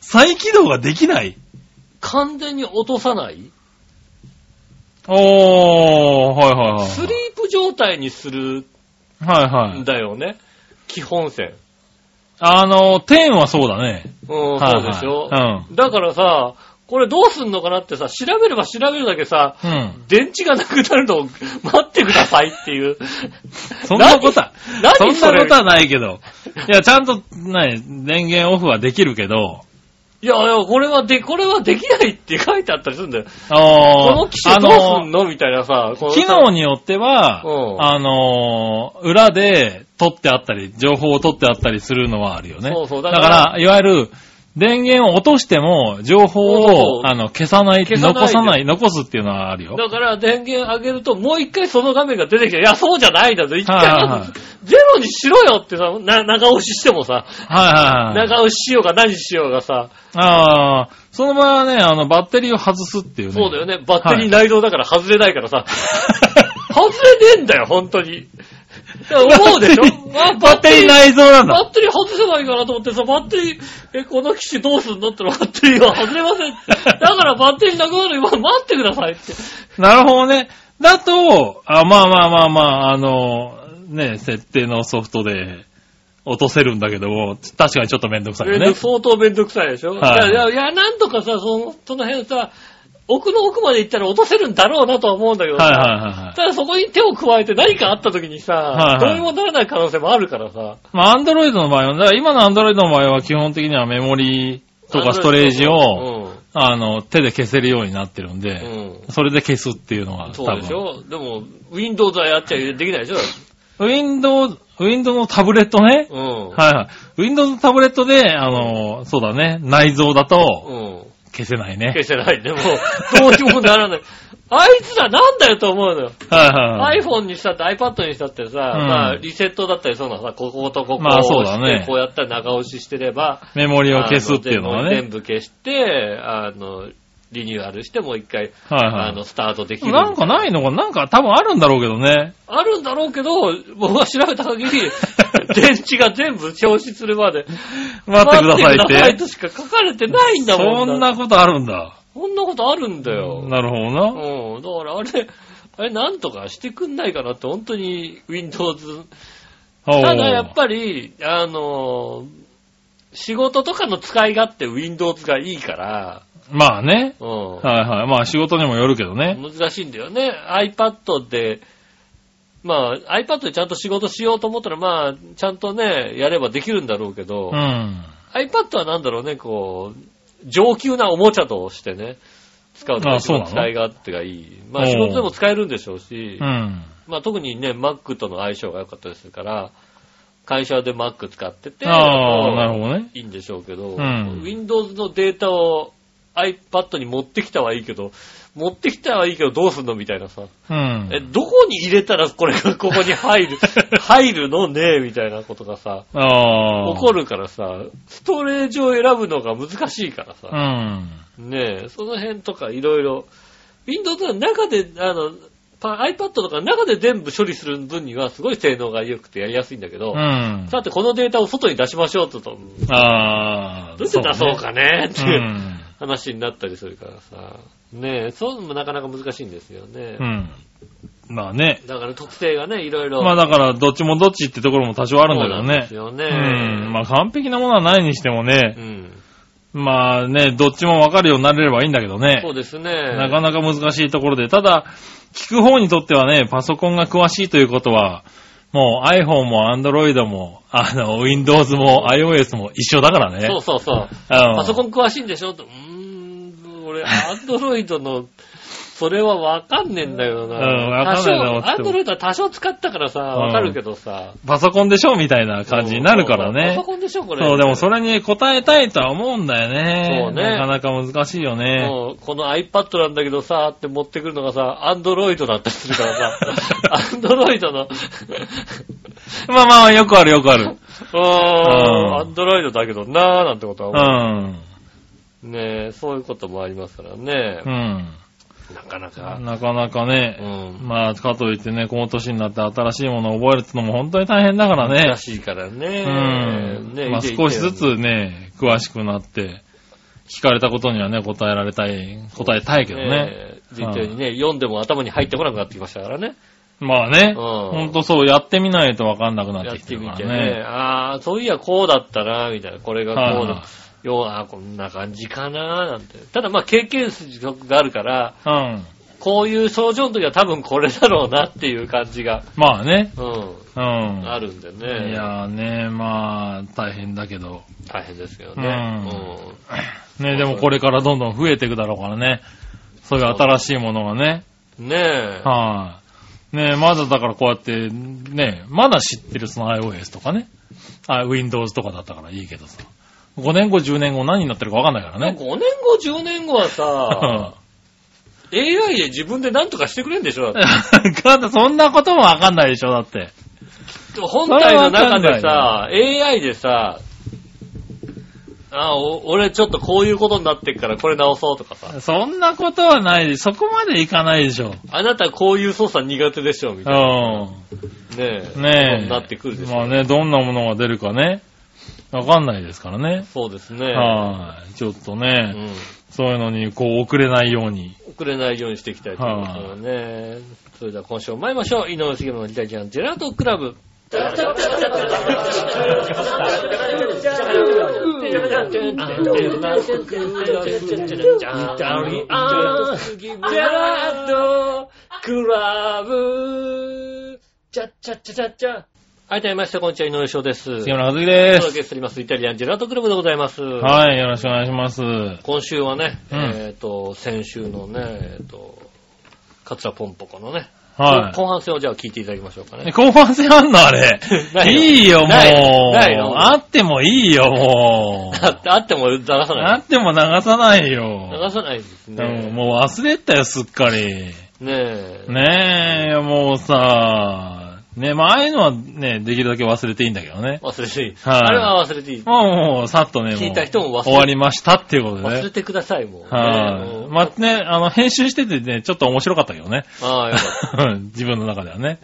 Speaker 3: 再起動ができない
Speaker 2: 完全に落とさない
Speaker 3: おー、はいはいはい。
Speaker 2: スリープ状態にする
Speaker 3: はいはい
Speaker 2: ん。だよね。基本線。
Speaker 3: あの、10はそうだね。
Speaker 2: うん、
Speaker 3: は
Speaker 2: そ
Speaker 3: い
Speaker 2: う
Speaker 3: はい
Speaker 2: でしょ、
Speaker 3: う
Speaker 2: だからさ、これどうすんのかなってさ、調べれば調べるだけさ、
Speaker 3: うん。
Speaker 2: 電池がなくなるのを待ってくださいっていう。
Speaker 3: そんなことは、
Speaker 2: 何
Speaker 3: そ
Speaker 2: 何
Speaker 3: ん
Speaker 2: そ
Speaker 3: な
Speaker 2: れ
Speaker 3: ことはない けど。いや、ちゃんと、ね、電源オフはできるけど、
Speaker 2: いやいや、これはで、これはできないって書いてあったりするんだよ。こ
Speaker 3: あ
Speaker 2: の
Speaker 3: ー
Speaker 2: 機種どうすんのみたいなさ、この
Speaker 3: あの
Speaker 2: さ
Speaker 3: 機能によっては
Speaker 2: うん、
Speaker 3: あのー、裏で取ってあったり、情報を取ってあったりするのはあるよね。
Speaker 2: そうそうだ
Speaker 3: だ
Speaker 2: か
Speaker 3: からら、いわゆる、電源を落としても、情報
Speaker 2: そうそう
Speaker 3: を、あの、消さない、
Speaker 2: 消さないで
Speaker 3: 残さない、残すっていうのはあるよ。
Speaker 2: だから電源上げるともう一回その画面が出てきて、いや、そうじゃないんだぞ。一回、
Speaker 3: はいはいはい
Speaker 2: ゼロにしろよってさ、な長押ししてもさ、
Speaker 3: はいはいはい。
Speaker 2: 長押ししようが何しようがさ、
Speaker 3: ああ、その場合はね、あの、バッテリーを外すっていうね。
Speaker 2: そうだよね。バッテリー内蔵だから外れないから さ、外れねえんだよ、本当に。だから思うでしょあ
Speaker 3: バッテリー内蔵なん
Speaker 2: バッ
Speaker 3: だ。
Speaker 2: テリー外せばいいかなと思ってさ、バッテリー、え、この機種どうすんのって言ったらバッテリーは外れません。だからバッテリーなくなるまで待ってくださいって。
Speaker 3: なるほどね。だと、あまあまあまあまあ、あの、ね、設定のソフトで落とせるんだけども、確かにちょっとめんどくさいよ
Speaker 2: めんど
Speaker 3: ね。
Speaker 2: 相当めんどくさいでしょ、
Speaker 3: はい
Speaker 2: い、や、いや、なんとかさ、その、その辺さ、奥の奥まで行ったら落とせるんだろうなとは思うんだけどさ、
Speaker 3: はいはいはいはい。
Speaker 2: ただそこに手を加えて何かあった時にさ、
Speaker 3: はいはい
Speaker 2: どうにもならない可能性もあるからさ、
Speaker 3: まあ、アンドロイドの場合は、だから今のアンドロイドの場合は基本的にはメモリーとかストレージを、あの、手で消せるようになってるん
Speaker 2: うん、
Speaker 3: で、
Speaker 2: うん。
Speaker 3: それで消すっていうのが多
Speaker 2: そう
Speaker 3: 分
Speaker 2: でしょでも、Windows はやっちゃできないでしょ
Speaker 3: Windows、Windows のタブレットね。
Speaker 2: うん。
Speaker 3: はいはい。Windows のタブレットで、あの、そうだね、内蔵だと
Speaker 2: うん。
Speaker 3: 消せないね。
Speaker 2: 消せない。でも、どうにもなら ない。あいつらなんだよと思うのよ。
Speaker 3: はいはいはい。
Speaker 2: iPhone にしたって iPad にしたってさ、
Speaker 3: うん
Speaker 2: まあリセットだったりそうなのさ、こことここ
Speaker 3: ま
Speaker 2: を
Speaker 3: あそう
Speaker 2: 押し
Speaker 3: だ
Speaker 2: て、
Speaker 3: ね
Speaker 2: こうやったら長押ししてれば、
Speaker 3: メモリを消すっていうのは
Speaker 2: あ全
Speaker 3: ね。
Speaker 2: 部消して、あの、リニューアルしてもう一回、
Speaker 3: はい
Speaker 2: あ
Speaker 3: は
Speaker 2: の、スタートでき
Speaker 3: い。
Speaker 2: る。
Speaker 3: なんかないのかなんか多分あるんだろうけどね。
Speaker 2: あるんだろうけど、僕は調べた 限り、電池が全部消失するまで、
Speaker 3: 待ってください
Speaker 2: 待
Speaker 3: って。
Speaker 2: としか書かれてないんだもん
Speaker 3: そん。なことあるんだ。
Speaker 2: そんなことあるんだよ。
Speaker 3: なるほどな。
Speaker 2: うん。だからあれ、あれなんとかしてくんないかなって、本当に Windows。
Speaker 3: おう
Speaker 2: ただやっぱり、あのー仕事とかの使い勝手 Windows がいいから、
Speaker 3: まあね。
Speaker 2: うん。
Speaker 3: はいはい。まあ仕事にもよるけどね。
Speaker 2: 難しいんだよね。iPad で、まあ iPad でちゃんと仕事しようと思ったら、まあちゃんとね、やればできるんだろうけど、
Speaker 3: うん。あ
Speaker 2: iPad はなんだろうね、こう、上級なおもちゃとしてね、使うと
Speaker 3: あそうなの
Speaker 2: 使い勝手がいい。まあ仕事でも使えるんでしょうし、
Speaker 3: うん。
Speaker 2: まあ特にね、Mac との相性が良かったでするから、会社で Mac 使ってて、
Speaker 3: あ
Speaker 2: こう
Speaker 3: あ、なるほどね。
Speaker 2: いいんでしょうけど、
Speaker 3: うん
Speaker 2: Windows のデータを iPad に持ってきたはいいけど、持ってきたはいいけどどうすんのみたいなさ、
Speaker 3: うん。
Speaker 2: え、どこに入れたら これがここに入 る、入るのねみたいなことがさ、
Speaker 3: ああ。
Speaker 2: 起こるからさ、ストレージを選ぶのが難しいから
Speaker 3: う
Speaker 2: さ、
Speaker 3: ん。
Speaker 2: ねえ、その辺とかいろいろ、Windows の中で、あの、パ iPad とかの中で全部処理する分にはすごい性能が良くてやりやすいんだけど、
Speaker 3: うん。
Speaker 2: さてこのデータを外に出しましょうと、と
Speaker 3: ああ。
Speaker 2: どうして出そうかねって
Speaker 3: そう
Speaker 2: い
Speaker 3: ね。
Speaker 2: う話になったりするからさ、ねえ、そういうのもなかなか難しいんですよね
Speaker 3: うん。う。ん。まあね。
Speaker 2: だから特性がね、いろいろ。
Speaker 3: まあだから、どっちもどっちってところも多少あ
Speaker 2: あ
Speaker 3: るんだけど
Speaker 2: です
Speaker 3: ね。
Speaker 2: よ
Speaker 3: う
Speaker 2: ね。
Speaker 3: ん。まあ完璧なものはないにしても
Speaker 2: う
Speaker 3: ね、
Speaker 2: ん
Speaker 3: まあね、どっちもわかるようになれればいいんだけどね
Speaker 2: そ。うですね。
Speaker 3: なかなか難しいところで、ただ、聞く方にとってはね、パソコンが詳しいということは、もう iPhone も Android も、あの、Windows も iOS も一緒だからね。
Speaker 2: そうそうそう。
Speaker 3: あの
Speaker 2: パソコン詳しいんでしょとうーん、 俺、アンドロイドの、それはわかんねえんだよな。
Speaker 3: うんわかんないな
Speaker 2: 多少、アンドロイドは多少使ったからさ、わかるけどさ。
Speaker 3: パソコンでしょみたいな感じになるから
Speaker 2: そうそうそうパ
Speaker 3: ね
Speaker 2: ソ。コンでしょ、これ。
Speaker 3: そう、でもそれに答えたいとは思うんだよね。
Speaker 2: そうね
Speaker 3: なかなか難しいよね。
Speaker 2: もうこの iPad なんだけどさ、って持ってくるのがさ、アンドロイドだったりする からさ、アンドロイドの、う
Speaker 3: まあまあ、よくあるよくある。
Speaker 2: ーん、アンドロイドだけどなーなんてことは
Speaker 3: う
Speaker 2: 思
Speaker 3: ん。
Speaker 2: う。ねえ、そういうこともありますからね
Speaker 3: う。ん。
Speaker 2: なかなか。
Speaker 3: なかなか
Speaker 2: う
Speaker 3: ね、
Speaker 2: ん。
Speaker 3: まあ、かといってね、この年になって新しいものを覚えるってのも本当に大変だからね
Speaker 2: ら。しいから
Speaker 3: う
Speaker 2: ね。
Speaker 3: ん。
Speaker 2: ね
Speaker 3: まあ、
Speaker 2: いていて
Speaker 3: 少しずつね、詳しくなって、聞かれたことにはね、答えられたい、答えたいけどね。
Speaker 2: ええ。実にね、読んでも頭に入ってこなくなってきましたからね。
Speaker 3: まあ
Speaker 2: うん
Speaker 3: ね、ほんとそう、やってみないとわかんなくな
Speaker 2: や
Speaker 3: っ
Speaker 2: って
Speaker 3: きて
Speaker 2: て
Speaker 3: る
Speaker 2: み
Speaker 3: か
Speaker 2: て
Speaker 3: らね
Speaker 2: ね。。ああ、そういやこうだったな、みたいな。これがこう
Speaker 3: はいは
Speaker 2: だ。よう、あーこんな感じかな、なんて。ただまあ経験値があるから、
Speaker 3: うん。
Speaker 2: こういう症状の時は多分これだろうなっていう感じが、
Speaker 3: まあね、
Speaker 2: うん、
Speaker 3: うん。
Speaker 2: あるんでね。
Speaker 3: いやーね、まあ、大変だけど。
Speaker 2: 大変ですよね。うん。
Speaker 3: ね、でもこれからどんどん増えていくだろうからね。そういう新しいものがね。
Speaker 2: ねえ。
Speaker 3: はい。ねまだだからこうやって、ね、まだ知ってるその iOS とかね。あ、Windows とかだったからいいけどさ。5年後、10年後何になってるかわかんないから
Speaker 2: 5年
Speaker 3: ね。
Speaker 2: 後、10年後はさ、AI で自分で何とかしてくれるんでしょだっ
Speaker 3: だってそんなこともわかんないでしょ、だって。
Speaker 2: て本体の中で
Speaker 3: それは
Speaker 2: さ、AI でさ、あお俺ちょっとこういうことになってっからこれ直そうとかさ、
Speaker 3: そんなことはないで、そこまでいかないでしょ。
Speaker 2: あなたこういう操作苦手でしょみ
Speaker 3: う
Speaker 2: たい
Speaker 3: ん。
Speaker 2: な。ねえ。
Speaker 3: ねえ。
Speaker 2: なってくるでしょ。
Speaker 3: まあね、どんなものが出るかね。わかんないですからね。
Speaker 2: そうですね。
Speaker 3: はい。ちょっとね、
Speaker 2: うん
Speaker 3: そういうのに、こう、遅れないように。
Speaker 2: 遅れないようにしていきたいと思いますからね。それでは今週も参りましょう。井上杉村のリタジアンジェラートクラブ。はい、どうもみなさん、こんにちは、井上翔です。
Speaker 3: 杉
Speaker 2: お
Speaker 3: 村和樹で
Speaker 2: 届
Speaker 3: す。
Speaker 2: けしております、イタリアンジェラートクラブでございます。は
Speaker 3: はい、よろしくお願いします。は
Speaker 2: 今週はね、
Speaker 3: うん
Speaker 2: えっ、と、先週のね、えっ、と、カツラポンポコのね、
Speaker 3: はい
Speaker 2: 後半戦をじゃあ聞いていただきましょうかね。。
Speaker 3: 後半戦あんのあれ
Speaker 2: ないよ
Speaker 3: いいよ、もう。
Speaker 2: ないないの
Speaker 3: あってもいいよ、も う。
Speaker 2: あ ってあっても流さ
Speaker 3: あ
Speaker 2: ない。
Speaker 3: っても流さない
Speaker 2: 流
Speaker 3: よ。
Speaker 2: さないです
Speaker 3: うん
Speaker 2: ね。
Speaker 3: もう忘れてたよ、すっかり。
Speaker 2: ねえ。
Speaker 3: ねえ、もうさ、ねまあ、ああいうのはね、できるだけ忘れていいんだけどね。
Speaker 2: 忘れていい。
Speaker 3: はい
Speaker 2: あれは忘れていい。
Speaker 3: もう、もう、さっとね、もう
Speaker 2: 聞いた人も忘れ
Speaker 3: 終わりましたっていうことで
Speaker 2: 忘れ
Speaker 3: ね。
Speaker 2: てください、もう。ね
Speaker 3: は
Speaker 2: う
Speaker 3: い。
Speaker 2: ん
Speaker 3: まあ、ね、あの、編集しててね、ちょっと面白かったけどね。
Speaker 2: ああ、よかっ
Speaker 3: 自分の中ではね。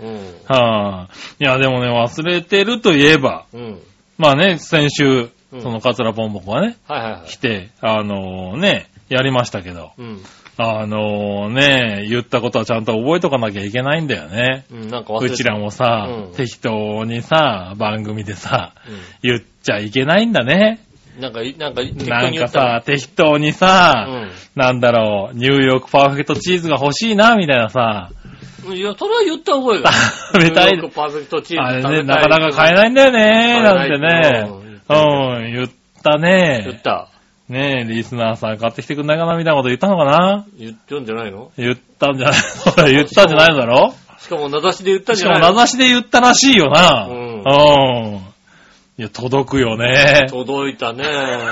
Speaker 2: た。うん。
Speaker 3: はい。いや、でもね、忘れてるといえば、
Speaker 2: うん。
Speaker 3: まあね、先週、
Speaker 2: うん
Speaker 3: そのカツラポンポコがね、
Speaker 2: はいはいはい
Speaker 3: 来。て、あのね、やりましたけど、
Speaker 2: うん。
Speaker 3: あのね、言ったことはちゃんと覚えとかなきゃいけないんだよね。
Speaker 2: うん、なんか忘れ
Speaker 3: う
Speaker 2: て
Speaker 3: ちらもさ、
Speaker 2: うん
Speaker 3: 適当にさ、番組でさ、言っちゃいけないんだね。
Speaker 2: うん。なんか、なんか、適当に
Speaker 3: なん
Speaker 2: 言
Speaker 3: か
Speaker 2: ったら
Speaker 3: さ、適当にさ、
Speaker 2: う
Speaker 3: なんだろう、ニューヨークパーフェクトチーズが欲しいな、みたいなさ、
Speaker 2: ん。いや、それは言った覚えが。
Speaker 3: 食 べたい
Speaker 2: ニューヨークパーフェクトチーズ
Speaker 3: あれ
Speaker 2: 食べた
Speaker 3: ね、
Speaker 2: い
Speaker 3: なかなか買えないんだよね、なんてね。うん、言っ
Speaker 2: 言
Speaker 3: た
Speaker 2: っ
Speaker 3: ね。
Speaker 2: た。
Speaker 3: ねえ、リスナーさん買ってきてくんないかな、みたいなこと言ったのかな
Speaker 2: 言ったんじゃないの
Speaker 3: 言ったんじゃない ほら、言ったんじゃないだろ
Speaker 2: しかも名指しで言ったん
Speaker 3: し
Speaker 2: じ
Speaker 3: か
Speaker 2: ゃな
Speaker 3: も、
Speaker 2: い
Speaker 3: 名
Speaker 2: の
Speaker 3: 指しで言ったらしいよな。
Speaker 2: う
Speaker 3: うんん。いや、届くよね。
Speaker 2: 届いたね。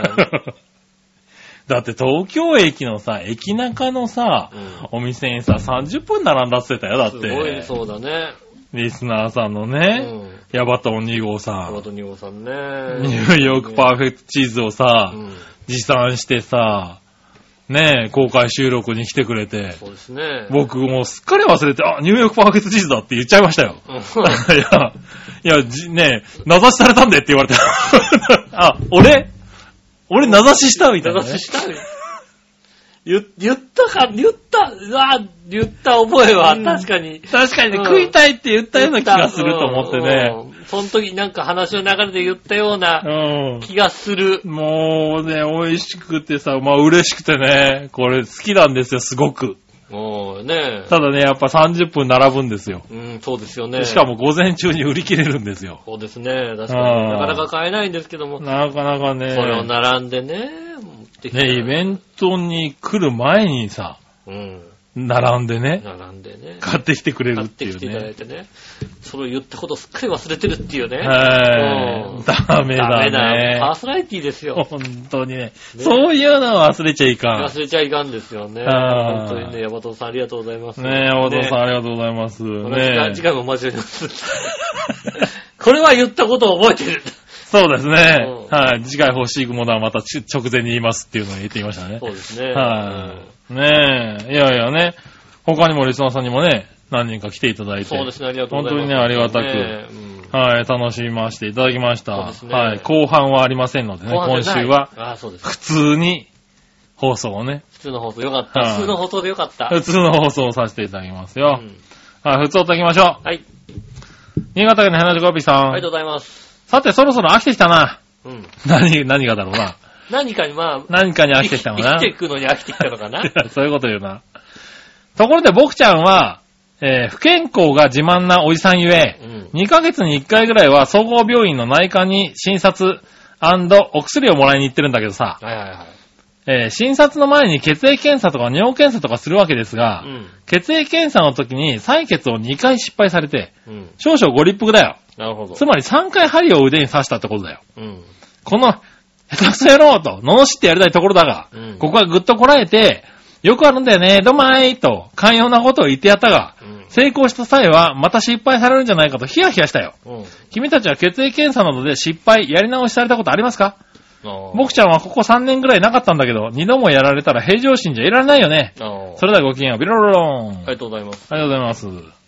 Speaker 3: だって東京駅のさ、駅中のさ、お店にさ、30分並んだっつってたよ、だっ
Speaker 2: すごい、
Speaker 3: て。
Speaker 2: そうだね。
Speaker 3: リスナーさんの
Speaker 2: う
Speaker 3: ね、
Speaker 2: ん。
Speaker 3: ヤバトン2号さ
Speaker 2: トマ
Speaker 3: ん、
Speaker 2: トニオさんね。
Speaker 3: ニューヨークパーフェクトチーズをさ、
Speaker 2: うん。
Speaker 3: 持参してさ、ねえ、公開収録に来てくれて、
Speaker 2: そうですね。
Speaker 3: 僕もうすっかり忘れて、あ、ニューヨークパーフェクトチーズだって言っちゃいましたよ。
Speaker 2: うん。
Speaker 3: いや、いや、じねえ、名指しされたんでって言われて、 あ、俺俺名指ししたみたい
Speaker 2: 名
Speaker 3: なね、
Speaker 2: 指ししたよ言言ったか、言った、うわ言った覚えは確かに。
Speaker 3: 確かにね、
Speaker 2: うん
Speaker 3: 食いたいって言ったような気がすると思って
Speaker 2: う
Speaker 3: ね。
Speaker 2: ん。うんその時なんか話の流れで言ったよう
Speaker 3: う。
Speaker 2: なん気がする。
Speaker 3: もうね、美味しくてさ、まあ嬉しくてね、これ好きなんですよ、すごく。
Speaker 2: もうね
Speaker 3: ただね、やっぱ30分並ぶんですよ。
Speaker 2: うん、そうですよね。
Speaker 3: でしか。も午前中に売り切れるんですよ。
Speaker 2: そうですね。確か
Speaker 3: う
Speaker 2: に。
Speaker 3: ん
Speaker 2: なかなか買えないんですけども、
Speaker 3: なかなか
Speaker 2: それを
Speaker 3: ね、
Speaker 2: 並んでね、持ってきた
Speaker 3: ね、イベントに来る前にさ、
Speaker 2: うん。
Speaker 3: 並んでね、
Speaker 2: 並んでね。
Speaker 3: 買ってきてくれる
Speaker 2: 買
Speaker 3: っ
Speaker 2: ってて
Speaker 3: い
Speaker 2: き
Speaker 3: う
Speaker 2: ていただ
Speaker 3: ね
Speaker 2: い。てね。それを言ったことすっかり忘れてるっていうね。
Speaker 3: は
Speaker 2: うん
Speaker 3: い。ダメだね。
Speaker 2: パーソナリティですよ。
Speaker 3: 本当にね。そういうのは忘れちゃいかん。
Speaker 2: 忘れちゃいかんですよね。
Speaker 3: あ
Speaker 2: 本
Speaker 3: ー
Speaker 2: 当にね、ヤバトンさんありがとうございます。
Speaker 3: ねえ、お父さん、
Speaker 2: ね
Speaker 3: ありがとうございます。ね
Speaker 2: 私次
Speaker 3: え。
Speaker 2: 回もお待ちしております。 これは言ったことを覚えてる。
Speaker 3: そうですね
Speaker 2: うん。
Speaker 3: はい。次回欲しいものはまたち直前に言いますっていうのを言っていましたね
Speaker 2: そ。うですね。
Speaker 3: はい。ねえ。いやいやね。他にもリスナーさんにもね、何人か来ていただいて。
Speaker 2: そうですね、ありがとうございます。
Speaker 3: 本当にねありがたく
Speaker 2: ねうん
Speaker 3: はい。楽しませていただきまし
Speaker 2: そうで
Speaker 3: た
Speaker 2: す。ね
Speaker 3: はい。後半はありませんのでね、
Speaker 2: 後半
Speaker 3: 今
Speaker 2: じゃない
Speaker 3: 週は。
Speaker 2: あーそうです。
Speaker 3: 普通に放送をね。
Speaker 2: 普通の放送よかった。
Speaker 3: はい
Speaker 2: 普通の放送でよかった。
Speaker 3: 普通の放送をさせていただきます
Speaker 2: う
Speaker 3: よ。
Speaker 2: ん
Speaker 3: はい。普通をときましょう。
Speaker 2: はい、
Speaker 3: 新潟県の花子ピーさ
Speaker 2: ありがと。
Speaker 3: ん
Speaker 2: うございます。
Speaker 3: さて、そろそろ飽きてきたな。
Speaker 2: うん。
Speaker 3: 何、何がだろうな。
Speaker 2: 何かにまあ、
Speaker 3: 何かに飽きてきたの
Speaker 2: 生
Speaker 3: な
Speaker 2: き。て いくのに飽きてきたのか な。
Speaker 3: そういうこと言うな。ところで、僕ちゃんは、えー不健康が自慢なおじさんゆえ
Speaker 2: う、ん。
Speaker 3: 2ヶ月に1回ぐらいは総合病院の内科に診察お薬をもらいに行ってるんだけどさ、
Speaker 2: はいはいはい。
Speaker 3: えー診察の前に血液検査とか尿検査とかするわけですが、
Speaker 2: うん。
Speaker 3: 血液検査の時に採血を2回失敗されて、
Speaker 2: うん。
Speaker 3: 少々ご立腹だよ。
Speaker 2: なるほど
Speaker 3: つ。まり3回針を腕に刺したってことだよ。
Speaker 2: うん。
Speaker 3: この、下手くそ野郎と、罵ってやりたいところだが、
Speaker 2: うん
Speaker 3: ここはぐっとこらえて、よくあるんだよね、どまーいと、寛容なことを言ってやったが、
Speaker 2: うん。
Speaker 3: 成功した際は、また失敗されるんじゃないかとヒヤヒヤしたよ。
Speaker 2: うん。
Speaker 3: 君たちは血液検査などで失敗、やり直しされたことありますか
Speaker 2: 僕
Speaker 3: 僕ちゃんはここ3年ぐらいなかったんだけど、2度もやられたら平常心じゃいられないよね。
Speaker 2: ああ。
Speaker 3: それではごきげんよう、ビロロロン。
Speaker 2: ありがとうございます。
Speaker 3: ありがとうございます。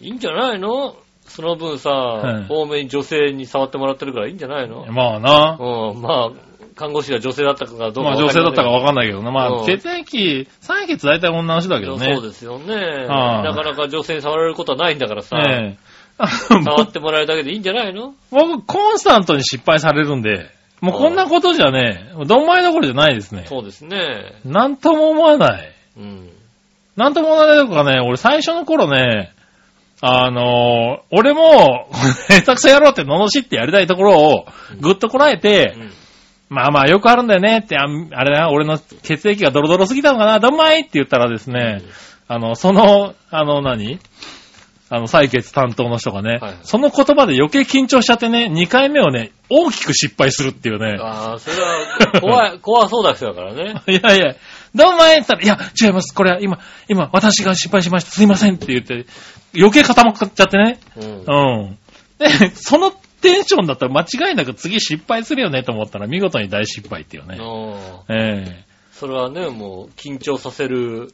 Speaker 2: いいんじゃないのその分さ、
Speaker 3: い
Speaker 2: 多めに女性に触ってもらってるからいいんじゃないの
Speaker 3: まあな。
Speaker 2: うん、まあ、看護師が女性だったかどうか
Speaker 3: まあ女性だったかわかんないけどな。ま
Speaker 2: うん
Speaker 3: あ血液、採血大体女の人だけどね。
Speaker 2: そうですよね。
Speaker 3: ああ
Speaker 2: なかなか女性に触られることはないんだからさ、
Speaker 3: ええ。あ
Speaker 2: 触ってもらえるだけでいいんじゃないの
Speaker 3: 僕、コンスタントに失敗されるんで、もうこんなことじゃね、どんまいどころじゃないですね。
Speaker 2: そうですね。
Speaker 3: なんとも思わない。
Speaker 2: うん。
Speaker 3: なんとも思わないとかね、俺最初の頃ね、あのー俺も、 下手くそやろうって罵ってやりたいところを、ぐっとこらえ
Speaker 2: う
Speaker 3: て、
Speaker 2: ん
Speaker 3: まあまあよくあるんだよねって、ああれだな、俺の血液がドロドロすぎたのかな、どんまいって言ったらですね、あの、その、あの何、あの、採血担当の人がね、
Speaker 2: はいはい
Speaker 3: その言葉で余計緊張しちゃってね、2回目をね、大きく失敗するっていうね。
Speaker 2: ああ、それは、怖 い、怖そうな人だからね。
Speaker 3: いやいや、どうもえって言ったら、いや、違います。これ、今、今、私が失敗しました。すいませんって言って、余計固まっちゃってね。
Speaker 2: うん。
Speaker 3: うん。で、そのテンションだったら間違いなく次失敗するよねと思ったら見事に大失敗っていうね。
Speaker 2: ああ
Speaker 3: え
Speaker 2: それはね、もう、緊張させる。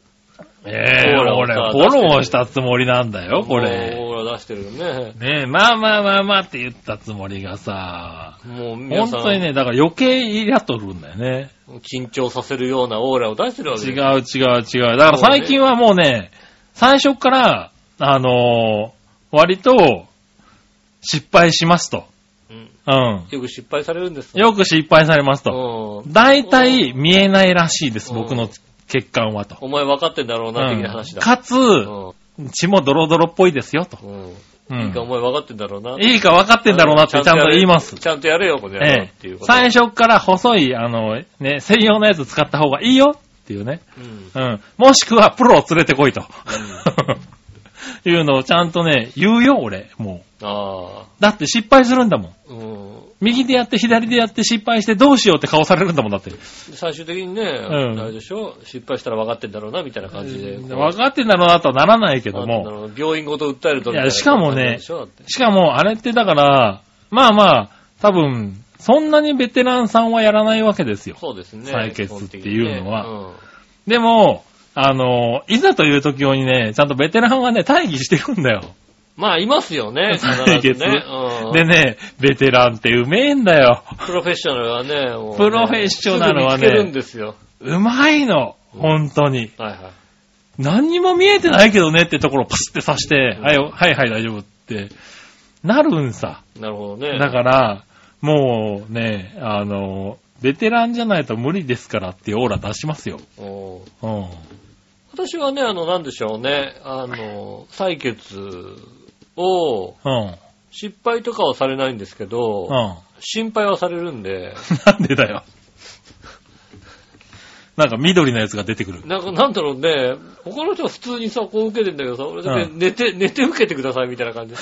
Speaker 3: えええ
Speaker 2: オーラを
Speaker 3: 俺、
Speaker 2: さ
Speaker 3: フォローをしたつもりなんだよ、これ。
Speaker 2: オーラ出してるよね。
Speaker 3: ねえ、まあまあまあまあって言ったつもりがさ、
Speaker 2: もう、皆
Speaker 3: 本
Speaker 2: さん、
Speaker 3: 当にね、だから余計イラっとるんだよね。
Speaker 2: 緊張させるようなオーラを出してるわけ
Speaker 3: 違う
Speaker 2: ですよ
Speaker 3: 違う違う。だから最近はもうね、最初から、あのー割と、失敗しますと。
Speaker 2: うん
Speaker 3: うん。
Speaker 2: よく失敗されるんです
Speaker 3: よく失敗されますと。
Speaker 2: うん。
Speaker 3: 大体見えないらしいです、
Speaker 2: うん
Speaker 3: 僕の血管はと。
Speaker 2: お前分かってんだろうな、的な話
Speaker 3: うん
Speaker 2: だ。
Speaker 3: かつ、
Speaker 2: う
Speaker 3: 血もドロドロっぽいですよと。
Speaker 2: ん。うん。
Speaker 3: う
Speaker 2: いい
Speaker 3: ん
Speaker 2: か、お前分かってんだろうな。
Speaker 3: いいか分かってんだろうなってちゃんと言います。
Speaker 2: ちゃんとやれよ、これやろう
Speaker 3: え
Speaker 2: ってい
Speaker 3: え
Speaker 2: う、こと。
Speaker 3: 最初から細い、あの、ね、専用のやつ使った方がいいよっていうね。
Speaker 2: うん。
Speaker 3: うん。もしくは、プロを連れてこいと。 いうのをちゃんとね、言うよ、俺。も
Speaker 2: ああ。
Speaker 3: う。だって失敗するんだもん。
Speaker 2: うん。
Speaker 3: 右でやって、左でやって、失敗して、どうしようって顔されるんだもん、だって。
Speaker 2: 最終的にね、
Speaker 3: うん
Speaker 2: あれでしょ失敗したら分かってんだろうな、みたいな感じで。こう
Speaker 3: 分かってんだろうなとはならないけども。
Speaker 2: なんだろう病院ごと訴えるとみたない
Speaker 3: やしかもね
Speaker 2: 感じでしょだって
Speaker 3: しかも、あれってだから、まあまあ、多分、そんなにベテランさんはやらないわけですよ。
Speaker 2: そうですね。
Speaker 3: 採血っていうのは
Speaker 2: 基本
Speaker 3: でも、あの、いざという時用にね、ちゃんとベテランはね、待機してるんだよ。
Speaker 2: 的にね、うんまあ、いますよね、必
Speaker 3: 採血
Speaker 2: ずね。うん
Speaker 3: でね、ベテランってうめえんだよ。
Speaker 2: プロフェッショナルはね、もうね
Speaker 3: プロフェッショナルはね
Speaker 2: すぐ見つけるんですよ。
Speaker 3: うまいの。本当に。
Speaker 2: はいはい。
Speaker 3: 何にも見えてないけどねってところをパスって刺して、はい、はい、はい、大丈夫って、なるんさ。
Speaker 2: なるほどね。
Speaker 3: だから、もうね、あの、ベテランじゃないと無理ですからっていうオーラ出しますよ。
Speaker 2: おー
Speaker 3: うん。
Speaker 2: 私はね、あの、なんでしょうね、あの、採血を、
Speaker 3: うん。
Speaker 2: 失敗とかはされないんですけど、
Speaker 3: うん。
Speaker 2: 心配はされるんで、
Speaker 3: なんでだよ。なんか緑のやつが出てくる。
Speaker 2: なんか、なんだろうね、他の人は普通にさ、こう受けてんだけどさ、俺だけ
Speaker 3: う
Speaker 2: 寝て、寝て受けてくださいみたいな感 じで。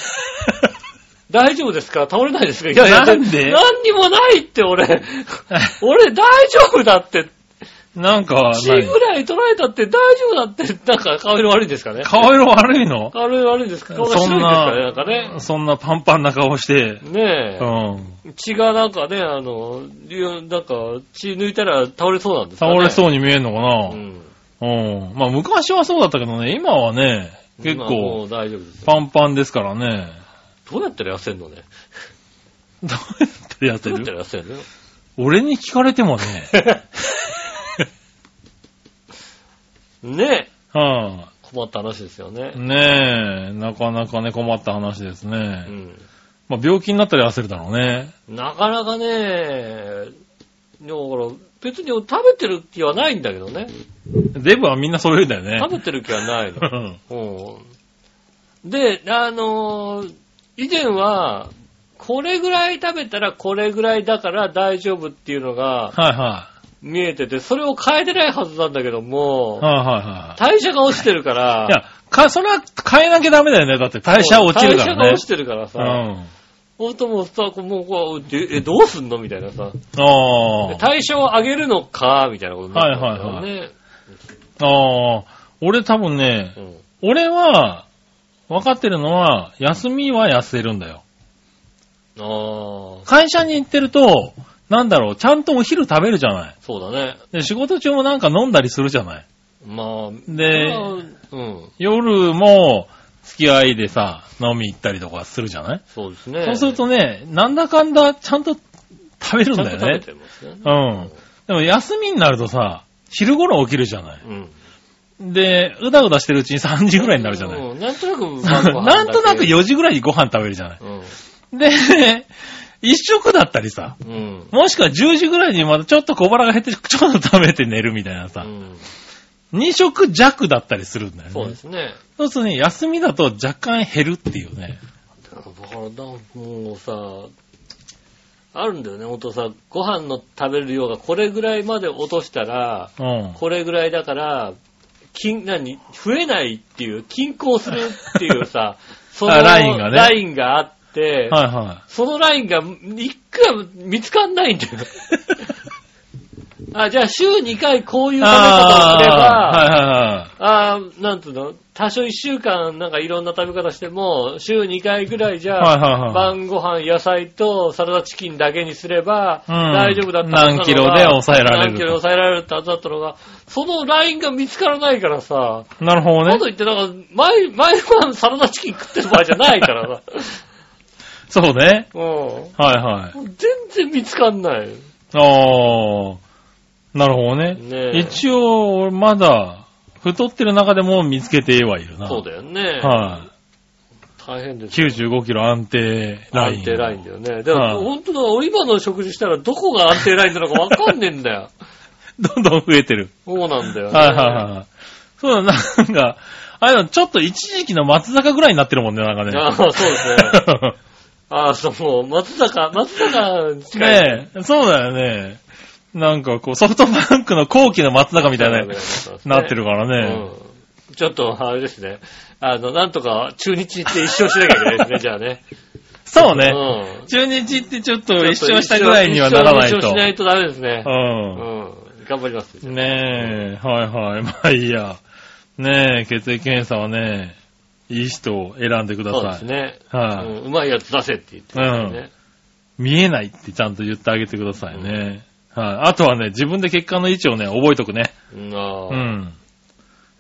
Speaker 2: 大丈夫ですか倒れないですかい
Speaker 3: なんで
Speaker 2: 何にもないって 俺、俺大丈夫だって、
Speaker 3: なんか、
Speaker 2: 血
Speaker 3: 何
Speaker 2: ぐらい取られたって大丈夫だって、なんか顔色悪いんですかね
Speaker 3: 顔色悪いの
Speaker 2: 顔色悪いんですか顔が白い
Speaker 3: そ
Speaker 2: ん
Speaker 3: ん
Speaker 2: ですかねな
Speaker 3: なん
Speaker 2: かね。
Speaker 3: そんなパンパンな顔して、
Speaker 2: ね
Speaker 3: う
Speaker 2: え、
Speaker 3: ん。
Speaker 2: 血がなんかね、あの、いうなんか血抜いたら倒れそうなんですか
Speaker 3: 倒
Speaker 2: ね。
Speaker 3: れ
Speaker 2: う。
Speaker 3: そうに見えんの
Speaker 2: う
Speaker 3: か
Speaker 2: ん。
Speaker 3: なうん。まあ昔はそうだったけどね、今はね、結
Speaker 2: まあも
Speaker 3: 構
Speaker 2: う大丈夫ですよ。
Speaker 3: パンパンですからね。
Speaker 2: どうやったら痩せんのね。
Speaker 3: どうやってやって
Speaker 2: どうやった
Speaker 3: る
Speaker 2: ら痩せんの
Speaker 3: 俺に聞かれて もね、
Speaker 2: ねえ。
Speaker 3: は
Speaker 2: 困った話ですよ
Speaker 3: あ、
Speaker 2: ね。
Speaker 3: ねえ、なかなかね、困った話です
Speaker 2: う
Speaker 3: ね。
Speaker 2: ん。
Speaker 3: まあ病気になったら痩せるだろうね。
Speaker 2: なかなかね、だから別に食べてる気はないんだけどね。
Speaker 3: デブはみんなそう言うんだよね。
Speaker 2: 食べてる気はないの。
Speaker 3: うん
Speaker 2: うんで、あのー以前は、これぐらい食べたらこれぐらいだから大丈夫っていうのが
Speaker 3: はいは
Speaker 2: 見えてて、それを変えてないはずなんだけど
Speaker 3: い。
Speaker 2: も、
Speaker 3: はいはいは
Speaker 2: 代謝が落ちてるから
Speaker 3: い。い、や、か、それは変えなきゃダメだよね。だって代謝落ちるからね。
Speaker 2: 代謝が落ちてるからさ、
Speaker 3: うん。
Speaker 2: ほんともうさ、もうこう、え、えどうすんのみたいなさ、
Speaker 3: ああ。
Speaker 2: 代謝を上げるのか、みたいなことになったんだよね。
Speaker 3: ああ。俺多分ね
Speaker 2: う、ん
Speaker 3: 俺は、分かってるのは、休みは痩せるんだよ。
Speaker 2: ああ、
Speaker 3: 会社に行ってると、なんだろう、ちゃんとお昼食べるじゃない。
Speaker 2: そうだね。
Speaker 3: で、仕事中もなんか飲んだりするじゃない。
Speaker 2: まあ、
Speaker 3: で
Speaker 2: うん、
Speaker 3: 夜も、付き合いでさ、飲み行ったりとかするじゃない
Speaker 2: そうですね。
Speaker 3: そうするとね、なんだかんだ、ちゃんと食べるん
Speaker 2: ちゃんと
Speaker 3: だよ
Speaker 2: 食べ
Speaker 3: ね。
Speaker 2: てますよね。
Speaker 3: うん。でも休みになるとさ、昼頃起きるじゃない。
Speaker 2: うん。
Speaker 3: で、うだうだしてるうちに3時ぐらいになるじゃない。
Speaker 2: うん。なんとなく、
Speaker 3: なんとなく
Speaker 2: よ。
Speaker 3: 4時ぐらいにご飯食べるじゃない。
Speaker 2: うん。
Speaker 3: で、 一食だったりさ、
Speaker 2: うん。
Speaker 3: もしくは10時ぐらいにまたちょっと小腹が減って、ちょっと食べて寝るみたいな
Speaker 2: う
Speaker 3: さ、
Speaker 2: ん
Speaker 3: 2食弱だったりするんだよね。
Speaker 2: そうですね。
Speaker 3: そうするとね、休みだと若干減るっていうね。
Speaker 2: だから、もうさ、あるんだよね、ほんとさ、ご飯の食べる量がこれぐらいまで落としたら、
Speaker 3: うん。
Speaker 2: これぐらいだから、金、何、増えないっていう、均衡するっていう さ、そ
Speaker 3: あラインがね
Speaker 2: ラインがあって、
Speaker 3: はいは
Speaker 2: そのラインが、いくら見つかんないん だよ。あ、じゃあ週2回こういう
Speaker 3: い。
Speaker 2: 食べ方をすれば、
Speaker 3: あ
Speaker 2: あーなんつうの多少1週間なんかいろんな食べ方しても、週2回ぐらいじゃ、
Speaker 3: はいはいはい
Speaker 2: 晩ご飯野菜とサラダチキンだけにすれば、
Speaker 3: うん
Speaker 2: 大丈夫だったはずなのが
Speaker 3: 何キロで抑えられると
Speaker 2: 何キロで抑えられるってはずだったのが、そのラインが見つからないからさ、
Speaker 3: はいはいはい。なるほ
Speaker 2: か
Speaker 3: ど
Speaker 2: と
Speaker 3: ね。
Speaker 2: いってなんか、毎、毎晩サラダチキン食ってる場合じゃないからさ。
Speaker 3: そうね。
Speaker 2: うん。
Speaker 3: はいはい。
Speaker 2: 全然見つかんない。
Speaker 3: ああ、なるほど
Speaker 2: ねえ
Speaker 3: ね。一応、俺まだ、太ってる中でも見つけてはいるな。
Speaker 2: そうだよね。
Speaker 3: は
Speaker 2: 大変で
Speaker 3: い。
Speaker 2: すよ。
Speaker 3: 95キロ安定ライン。
Speaker 2: 安定ラインだよね。だから、
Speaker 3: はい
Speaker 2: 本当だ、俺今の食事したらどこが安定ラインなのかわかんねえんだよ。
Speaker 3: どんどん増えてる。
Speaker 2: そうなんだよね。
Speaker 3: はいはいはい。そうだ、なんか、あれの、ちょっと一時期の松坂ぐらいになってるもんね、なんか
Speaker 2: ああ、
Speaker 3: ね。
Speaker 2: そうですね。ああ、そう、もう、松坂、松坂に近い。
Speaker 3: ねえ、そうだよね。なんかこう、ソフトバンクの後期の松坂みたいな、なってるからね。
Speaker 2: うん。ちょっと、あれですね。あの、なんとか、中日行って一生しなきゃいけない ですね、じゃあね。
Speaker 3: そうね。
Speaker 2: う
Speaker 3: 中日ってちょっと
Speaker 2: ん。
Speaker 3: 一生したぐらいにはならない
Speaker 2: 一生
Speaker 3: と
Speaker 2: し。ないとダメですね
Speaker 3: う。。
Speaker 2: うんん。頑張ります。
Speaker 3: ねえ、はいはい。まあいいや。ねえ、血液検査はね、いい人を選んでくだ
Speaker 2: そうで
Speaker 3: さ
Speaker 2: す
Speaker 3: い。
Speaker 2: ね。
Speaker 3: はい、
Speaker 2: うんうまいやつ出せって言ってますよね。
Speaker 3: 見えないってちゃんと言ってあげてくださいね。はい、あ。とはね、自分で血管の位置をね、覚えとくね。
Speaker 2: うんあ
Speaker 3: う
Speaker 2: ー
Speaker 3: ん。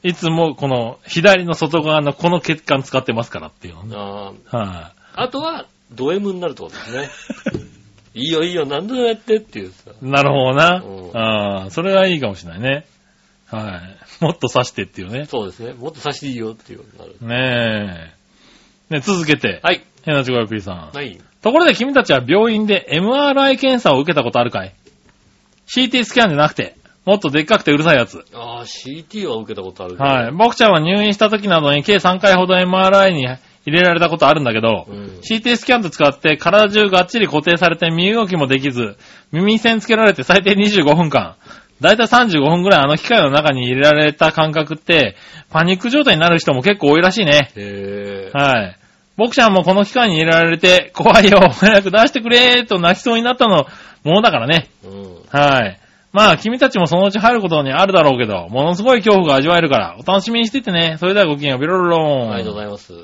Speaker 3: いつもこの左の外側のこの血管使ってますからっていうのね。
Speaker 2: あー。
Speaker 3: はい、
Speaker 2: あとは、ド M になるってことですね。 いいよいいよ、何度もやってっていうさ。
Speaker 3: なるほどな。
Speaker 2: うん
Speaker 3: ああ、それはいいかもしれないね。はい。もっと刺してっていうね。
Speaker 2: そうですね。もっと差していいよっていうことになる。
Speaker 3: ねえ。ね、続けて。
Speaker 2: はい。
Speaker 3: ヘナチゴヤピーさん。
Speaker 2: はい。
Speaker 3: ところで君たちは病院で MRI 検査を受けたことあるかい ?CT スキャンじゃなくて、もっとでっかくてうるさいやつ。
Speaker 2: ああ、CT は受けたことあるけど
Speaker 3: はい。。僕ちゃんは入院した時などに計3回ほど MRI に入れられたことあるんだけど、
Speaker 2: うん
Speaker 3: CT スキャンと使って体中がっちり固定されて身動きもできず、耳栓つけられて最低25分間。だいたい35分ぐらいあの機械の中に入れられた感覚って、パニック状態になる人も結構多いらしいね。
Speaker 2: へえ。
Speaker 3: はい。僕ちゃんもこの機械に入れられて、怖いよ、早く出してくれーと泣きそうになったの、ものだからね。
Speaker 2: うん。
Speaker 3: はい。まあ、君たちもそのうち入ることにあるだろうけど、ものすごい恐怖が味わえるから、お楽しみにしててね。それではごきげんよう、ビロロローン。
Speaker 2: ありがとうござ
Speaker 3: い
Speaker 2: います。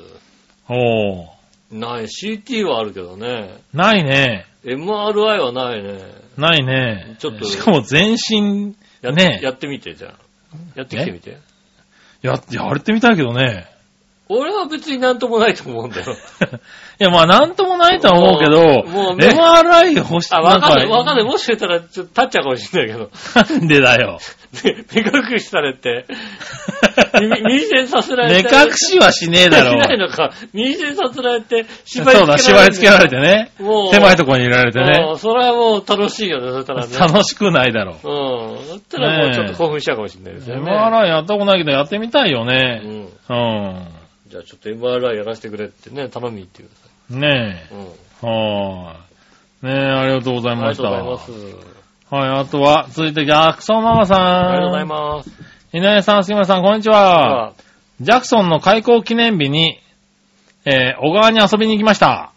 Speaker 3: おー。
Speaker 2: ない、CT はあるけどね。
Speaker 3: ないね。
Speaker 2: MRI はないね。
Speaker 3: ないね。
Speaker 2: ちょっと
Speaker 3: しかも全身、
Speaker 2: やっ
Speaker 3: ね
Speaker 2: やってみて、じゃあ。やってきてみて。
Speaker 3: や、やれてみたいけどね。
Speaker 2: 俺は別になんともないと思うん だよ。
Speaker 3: いや、まあ、なんともないとは思うけど、
Speaker 2: もうもうね
Speaker 3: MRI 欲しい。
Speaker 2: あ、わかんない、
Speaker 3: なん
Speaker 2: わかんない。もしかしたら、ちょっと立っちゃうかもしれないけど。
Speaker 3: なんでだよ。
Speaker 2: で目隠しされて、耳耳栓させられ
Speaker 3: 目
Speaker 2: て。
Speaker 3: 隠しはしねえだろ。
Speaker 2: しないのか。耳栓させられて、縛り
Speaker 3: そうだ、
Speaker 2: 付け
Speaker 3: 縛
Speaker 2: られ
Speaker 3: り付けられて
Speaker 2: ね。
Speaker 3: ね。
Speaker 2: もう
Speaker 3: 狭いところに入れられて
Speaker 2: う
Speaker 3: ね。
Speaker 2: んそれはもう楽しいよね、そしたらね。
Speaker 3: 楽しくないだろ
Speaker 2: うん。だったらもうちょっと興奮しちゃうかもしれないです
Speaker 3: う。
Speaker 2: よね。
Speaker 3: MRI やったことないけどやってみたいよ
Speaker 2: う
Speaker 3: ね。
Speaker 2: ん。
Speaker 3: う
Speaker 2: じゃあちょっと MRI やらせてくれってね、頼みっていう。
Speaker 3: ん。ね
Speaker 2: うん。
Speaker 3: え。はーい。ねえ、ありがとうござ
Speaker 2: あ
Speaker 3: い
Speaker 2: りが
Speaker 3: まし
Speaker 2: と
Speaker 3: た。
Speaker 2: うございます。
Speaker 3: はい、あとは、続いて、ジャクソンママさん。
Speaker 2: ありがとうございます。
Speaker 3: 井上さん、杉村さん、こんにちは。ジャクソンの開校記念日に、えー小川に遊びに行きました。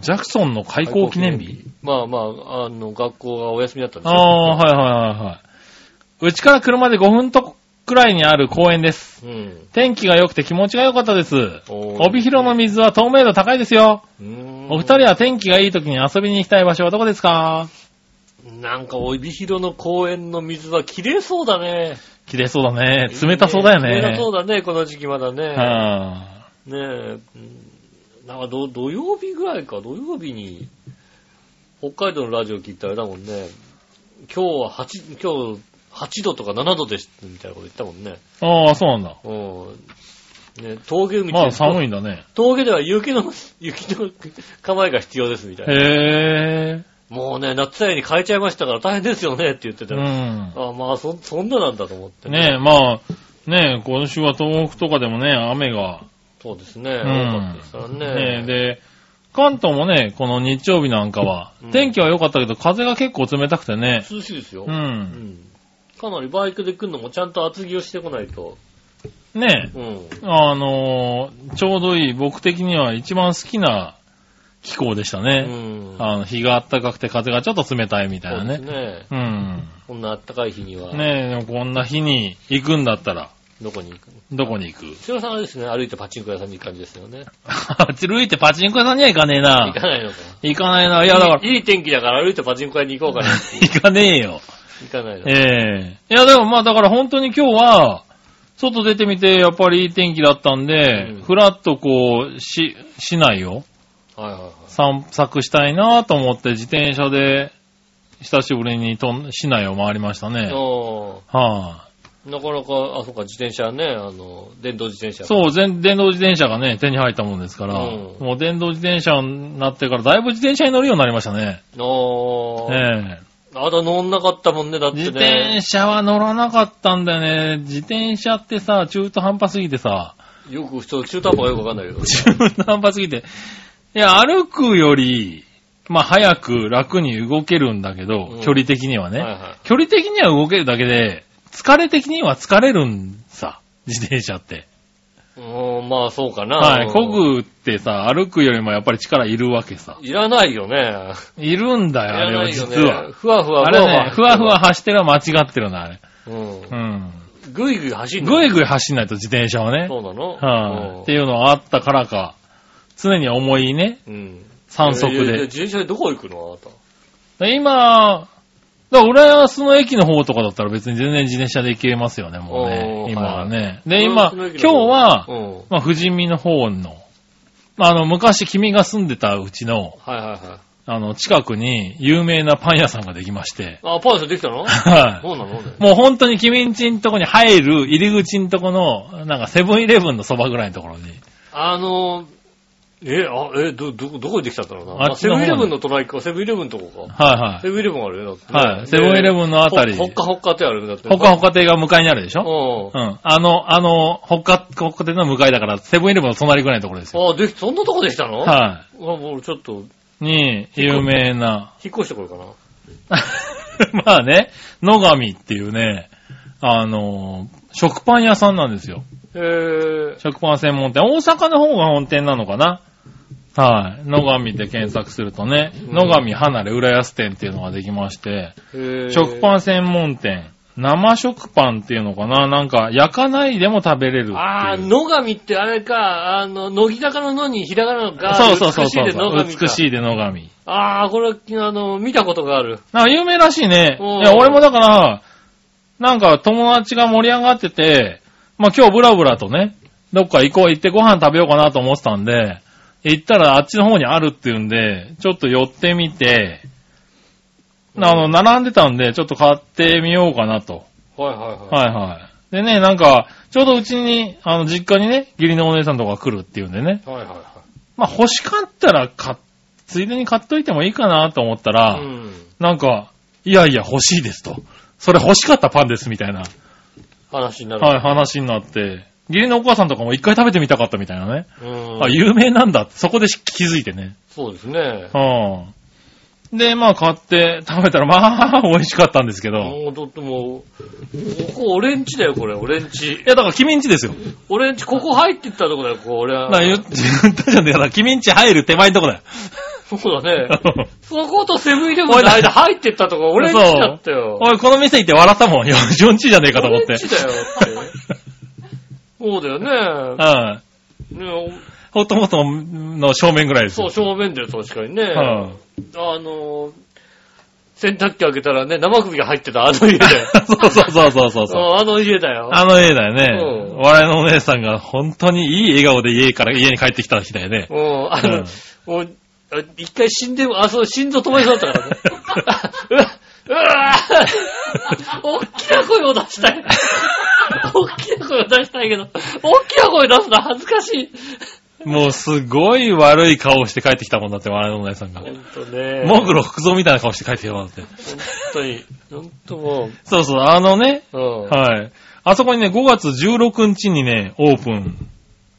Speaker 3: ジャクソンの開校記念日
Speaker 2: まあまあ、あの、学校がお休みだったんです
Speaker 3: ああ、はいはいはいはい。うちから車で5分とくらいにある公園です。
Speaker 2: い。うん。
Speaker 3: 天気が良くて気持ちが良かったです。
Speaker 2: おー
Speaker 3: 帯広の水は透明度高いですよ。
Speaker 2: うーん
Speaker 3: お二人は天気がいい時に遊びに行きたい場所はどこですか
Speaker 2: なんか、帯広の公園の水は綺麗そうだね。
Speaker 3: 綺麗そうだね。冷たそうだよね。
Speaker 2: 冷たそうだね、この時期まだね。
Speaker 3: はあ
Speaker 2: ねえうん。なんかど、土曜日ぐらいか、土曜日に、北海道のラジオ聞いたらあれだもんね。今日は8、今日8度とか7度です、みたいなこと言ったもんね。
Speaker 3: ああ、そうなんだ。
Speaker 2: うん。ね、峠道
Speaker 3: まあ寒いんだね。
Speaker 2: 峠では雪の、 雪の構えが必要ですみたいな。
Speaker 3: へえ。
Speaker 2: もうね、夏タイヤに変えちゃいましたから大変ですよねって言って
Speaker 3: う
Speaker 2: たよ。
Speaker 3: ん。
Speaker 2: あまあそ、そんななんだと思って
Speaker 3: ねえ、まあ、ねえ、今週は東北とかでもね、雨が、
Speaker 2: そうですね。多
Speaker 3: ん
Speaker 2: かったですからね。
Speaker 3: ねえ、で、関東もね、この日曜日なんかは
Speaker 2: うん、
Speaker 3: 天気は良かったけど、風が結構冷たくてね、
Speaker 2: 涼しいですよ。
Speaker 3: う。
Speaker 2: うんんかなりバイクで来るのもちゃんと厚着をしてこないと。
Speaker 3: ね
Speaker 2: うん。
Speaker 3: え、あのーちょうどいい、僕的には一番好きな気候でした
Speaker 2: う
Speaker 3: ね。
Speaker 2: ん。
Speaker 3: あの日が暖かくて風がちょっと冷たいみたい
Speaker 2: そ
Speaker 3: な
Speaker 2: うです
Speaker 3: ね。
Speaker 2: ね。
Speaker 3: うん。
Speaker 2: こんな暖かい日には、
Speaker 3: ねえ、でもこんな日に行くんだったら、
Speaker 2: どこに行くの
Speaker 3: どこに 行く
Speaker 2: 千代さんはですね、歩いてパチンコ屋さんに行く感じですよね。
Speaker 3: 歩いてパチンコ屋さんには行かねえ
Speaker 2: 行
Speaker 3: な
Speaker 2: か。ないのか。
Speaker 3: 行かないな。いや、だから、
Speaker 2: いいいい天気だから歩いてパチンコ屋に行こうかなっていう。
Speaker 3: 行か ねえよ。
Speaker 2: 行かないの。
Speaker 3: ええいや、でもまあだから本当に今日は、外出てみて、やっぱりいい天気だったんで、
Speaker 2: うん
Speaker 3: ふらっとこう、し、市内を
Speaker 2: はいはいはい。
Speaker 3: 散策したいなと思って、自転車で、久しぶりにとん市内を回りましたね。はい、
Speaker 2: ああ、なかなか、あ、そうか、自転車ね、あの、電動自転車。う。
Speaker 3: そう、全電動自転車がね、手に入ったもんですから、
Speaker 2: うん
Speaker 3: もう電動自転車になってから、だいぶ自転車に乗るようになりましたね。
Speaker 2: ああ、
Speaker 3: ええ
Speaker 2: あだ乗んなかったもんね、だってね。
Speaker 3: 自転車は乗らなかったんだよね。自転車ってさ、中途半端すぎ てさ、
Speaker 2: よく、そう、中途半端がよくわかんないけど。
Speaker 3: 中途半端すぎて。いや、歩くより、まあ、早く楽に動けるんだけど、
Speaker 2: うん
Speaker 3: 距離的には ね、
Speaker 2: はいは
Speaker 3: 距離的には動けるだけで、疲れ的には疲れるんさ、自転車って。
Speaker 2: い。うーん、まあそうかな。
Speaker 3: はい。
Speaker 2: こ
Speaker 3: こ。ぐってさ、歩くよりもやっぱり力いるわけさ。
Speaker 2: いらないよね。
Speaker 3: いるんだ
Speaker 2: い
Speaker 3: よ、あ
Speaker 2: ら
Speaker 3: れは
Speaker 2: ないよね。
Speaker 3: 実は。
Speaker 2: ふわふわ、
Speaker 3: あれね、ふわふわ。走ってるのは間違ってるな、あれ。
Speaker 2: うん
Speaker 3: う。ん。
Speaker 2: ぐいぐい走る
Speaker 3: ぐい
Speaker 2: い。
Speaker 3: ぐい走んないと自転車はね。
Speaker 2: そうなの
Speaker 3: はい、って
Speaker 2: い
Speaker 3: いうのがあったからか、常に重いね、
Speaker 2: うん。うん。
Speaker 3: 三
Speaker 2: い
Speaker 3: 足
Speaker 2: やいやいや
Speaker 3: で。
Speaker 2: 自転車でどこ行くのあな
Speaker 3: で今、だから浦安の駅の方とかだったら別に全然自転車で行けますよね、もうね
Speaker 2: お。ー
Speaker 3: 今はね。
Speaker 2: た。
Speaker 3: で、今、今日は
Speaker 2: う、ん。
Speaker 3: まあ、富士見の方の、まあ、あの、昔君が住んでたうちの、
Speaker 2: はいはいはい。
Speaker 3: あの、近くに有名なパン屋さんができまして、
Speaker 2: あ、パン屋さんでき たの
Speaker 3: はい
Speaker 2: そうなのね
Speaker 3: もう本当に君んちんとこに入る入り口んとこの、なんかセブンイレブンのそばぐらいのところに。
Speaker 2: あの、え、あ、え、ど、ど、どこにできたんだろうな。
Speaker 3: あ
Speaker 2: あ
Speaker 3: っち
Speaker 2: セ
Speaker 3: の
Speaker 2: ブン
Speaker 3: 方
Speaker 2: イ
Speaker 3: に
Speaker 2: レブンの隣か、セブンイレブンのとこか。
Speaker 3: はいはい。
Speaker 2: セブンイレブンあるよ、だってね
Speaker 3: はいセブンイレブンのあたり
Speaker 2: ほほっかほっかってあるよ、だって。
Speaker 3: ほかほか亭が向かいにあるでしょ
Speaker 2: う
Speaker 3: うん。あの、あの、ほかほか亭の向かいだから、セブンイレブンの隣ぐらいのところですよ。
Speaker 2: ん。あ、でき、そんなとこできたのい。
Speaker 3: は
Speaker 2: あもうちょっと、
Speaker 3: い。に、有名な、
Speaker 2: 引っ越してこようかな。
Speaker 3: まあね、野上っていうね、あの、食パン屋さんなんですよ。
Speaker 2: へえ。
Speaker 3: 食パン専門店。大阪の方が本店なのかなはい。野上で検索するとね、
Speaker 2: うん
Speaker 3: 野上離れ浦安店っていうのができまして、
Speaker 2: へ
Speaker 3: 食パ
Speaker 2: ン
Speaker 3: ン専門店。生食パンっていうのかななんか、焼かないでも食べれるっていう。
Speaker 2: あー、野上ってあれか、あの、乃木坂の野にひらがなのか。
Speaker 3: そうそうそうそう。
Speaker 2: 美しいで野上か。
Speaker 3: 美しいで野上。
Speaker 2: あー、これ、あの、見たことがある。
Speaker 3: なんか有名らしいね。
Speaker 2: うん
Speaker 3: いや、俺もだから、なんか友達が盛り上がってて、まあ今日ブラブラとね、どっか行こう、行ってご飯食べようかなと思ってたんで、行ったらあっちの方にあるっていうんで、ちょっと寄ってみて、あの、並んでたんで、ちょっと買ってみようかなと。
Speaker 2: はいはいはい。
Speaker 3: はいはい。でね、なんか、ちょうどうちに、あの、実家にね、義理のお姉さんとか来るっていうんでね、
Speaker 2: はいは
Speaker 3: まあ欲しかったら買っ、ついでに買っといてもいいかなと思った
Speaker 2: い
Speaker 3: ら、
Speaker 2: はい。うん。
Speaker 3: なんか、いやいや欲しいですと。それ欲しかったパンですみたいな、
Speaker 2: 話になる。
Speaker 3: はい、話になって。義理のお母さんとかも一回食べてみたかったみたいなね。
Speaker 2: うん。
Speaker 3: あ、有名なんだって、そこで気づいてね。
Speaker 2: そうですね。
Speaker 3: うん。で、まあ買って食べたら、まあ、美味しかったんですけど。い
Speaker 2: もう、だってもう、ここ俺んちだよ、これ、俺んち。
Speaker 3: や、だから君んちですよ。
Speaker 2: 俺んち、ここ入ってったとこだよ、ここ、俺は
Speaker 3: だから。言っ言ったじゃん。だから君んち入る手前のとこだよ。
Speaker 2: そうだ ね。そことセブンイレブンの間入ってったとこ、俺んちだったよ。
Speaker 3: おい、この店行って笑ったもん。 よ、ジョンチじゃねえかと思って。
Speaker 2: 俺んちだよって。 そうだよね。
Speaker 3: うん。
Speaker 2: ねお
Speaker 3: ホットモトの正面ぐらいです
Speaker 2: そ
Speaker 3: よ。
Speaker 2: う、正面だよ、確かにね。
Speaker 3: うん。
Speaker 2: あのー、洗濯機開けたらね、生首が入ってた、あの 家だよ。
Speaker 3: そうそうそうそうそうそう。
Speaker 2: うんあの家だよ。
Speaker 3: あの絵だよね。
Speaker 2: うん
Speaker 3: 我々のお姉さんが本当にいい笑顔で家から家に帰ってきた日だよね
Speaker 2: う。ん、あの、もう、あ一回死んでも、あ、そう、心臓止まりそうだったからね。うわうわぁ大きな声を出したい。大きな声を出したいけど、大きな声出すの恥ずかしい。
Speaker 3: もうすごい悪い顔をして帰ってきたもんだって、我々のお姉さんが
Speaker 2: ほ。んとね。
Speaker 3: モグロ福蔵みたいな顔して帰ってきたもんだって。
Speaker 2: ほんとに。ほんとも
Speaker 3: そうそう、あのね、
Speaker 2: う。うん。
Speaker 3: はい。あそこにね、5月16日にね、オープン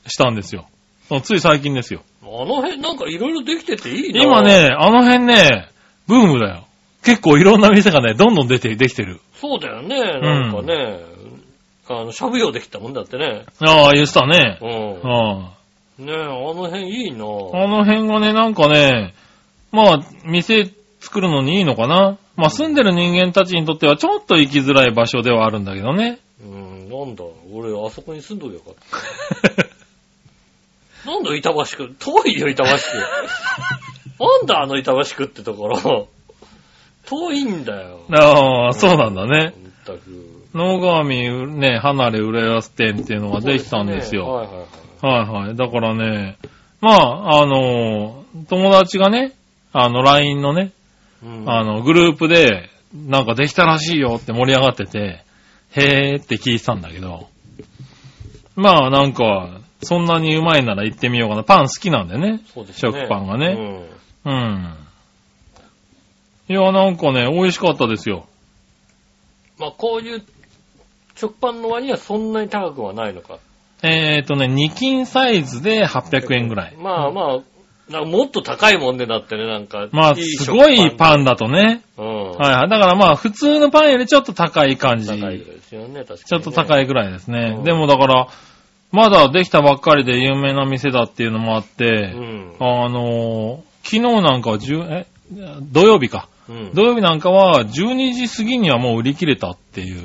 Speaker 3: したんですよ。そうつい最近ですよ。
Speaker 2: あの辺なんかいろいろできてていいな
Speaker 3: 今。ね、あの辺ね、ブームだよ。結構いろんな店がね、どんどん出て、できてる。
Speaker 2: そうだよね。なんかね、あの、しゃぶ用できたもんだってね。
Speaker 3: ああ、言ってたね
Speaker 2: う。
Speaker 3: うんん。。あ
Speaker 2: ねえ、あの辺いいなぁ。
Speaker 3: の辺がね、なんかね、まあ、店作るのにいいのかな。まあ、住んでる人間たちにとってはちょっと行きづらい場所ではあるんだけど ね。
Speaker 2: うん、なんだ、俺、あそこに住んどけばよかった。なんだ、板橋区。遠いよ、板 橋区。なんだ、あの板橋区ってところ。遠いんだよ。
Speaker 3: ああ、そうなんだね。
Speaker 2: うん。全く。
Speaker 3: 野上ね、離れ浦安店っていうのができたんですよ。
Speaker 2: はいはいはい。
Speaker 3: はいはい。だからね、まあ、あの、友達がね、あの、LINE のね、
Speaker 2: うん
Speaker 3: あの、グループで、なんかできたらしいよって盛り上がってて、へーって聞いてたんだけど、まあなんか、そんなにうまいなら行ってみようかな。パン好きなんでね。
Speaker 2: そうですね。
Speaker 3: 食パンがね。うん。いや、なんかね、美味しかったですよ。
Speaker 2: うん。まあ、こういう食パンの割にはそんなに高くはないのか。
Speaker 3: えーとね、2斤サイズで800円ぐらい。
Speaker 2: まあまあ、なんかもっと高いもんでなってね、なんか。
Speaker 3: まあ、すごいパ
Speaker 2: ン。
Speaker 3: ンだとね。
Speaker 2: うん。
Speaker 3: はいはい。だからまあ、普通のパンよりちょっと高い感じ。
Speaker 2: 高いぐらいですよね、確かに、ね。
Speaker 3: ちょっと高
Speaker 2: い。
Speaker 3: いぐらいですね
Speaker 2: う。ん
Speaker 3: でもだから、まだできたばっかりで有名な店だっていうのもあっ
Speaker 2: う
Speaker 3: て、
Speaker 2: ん。
Speaker 3: あのー、昨日なんかは10、え、土曜日か。
Speaker 2: うん
Speaker 3: 土曜日なんかは12時過ぎにはもう売り切れたっていう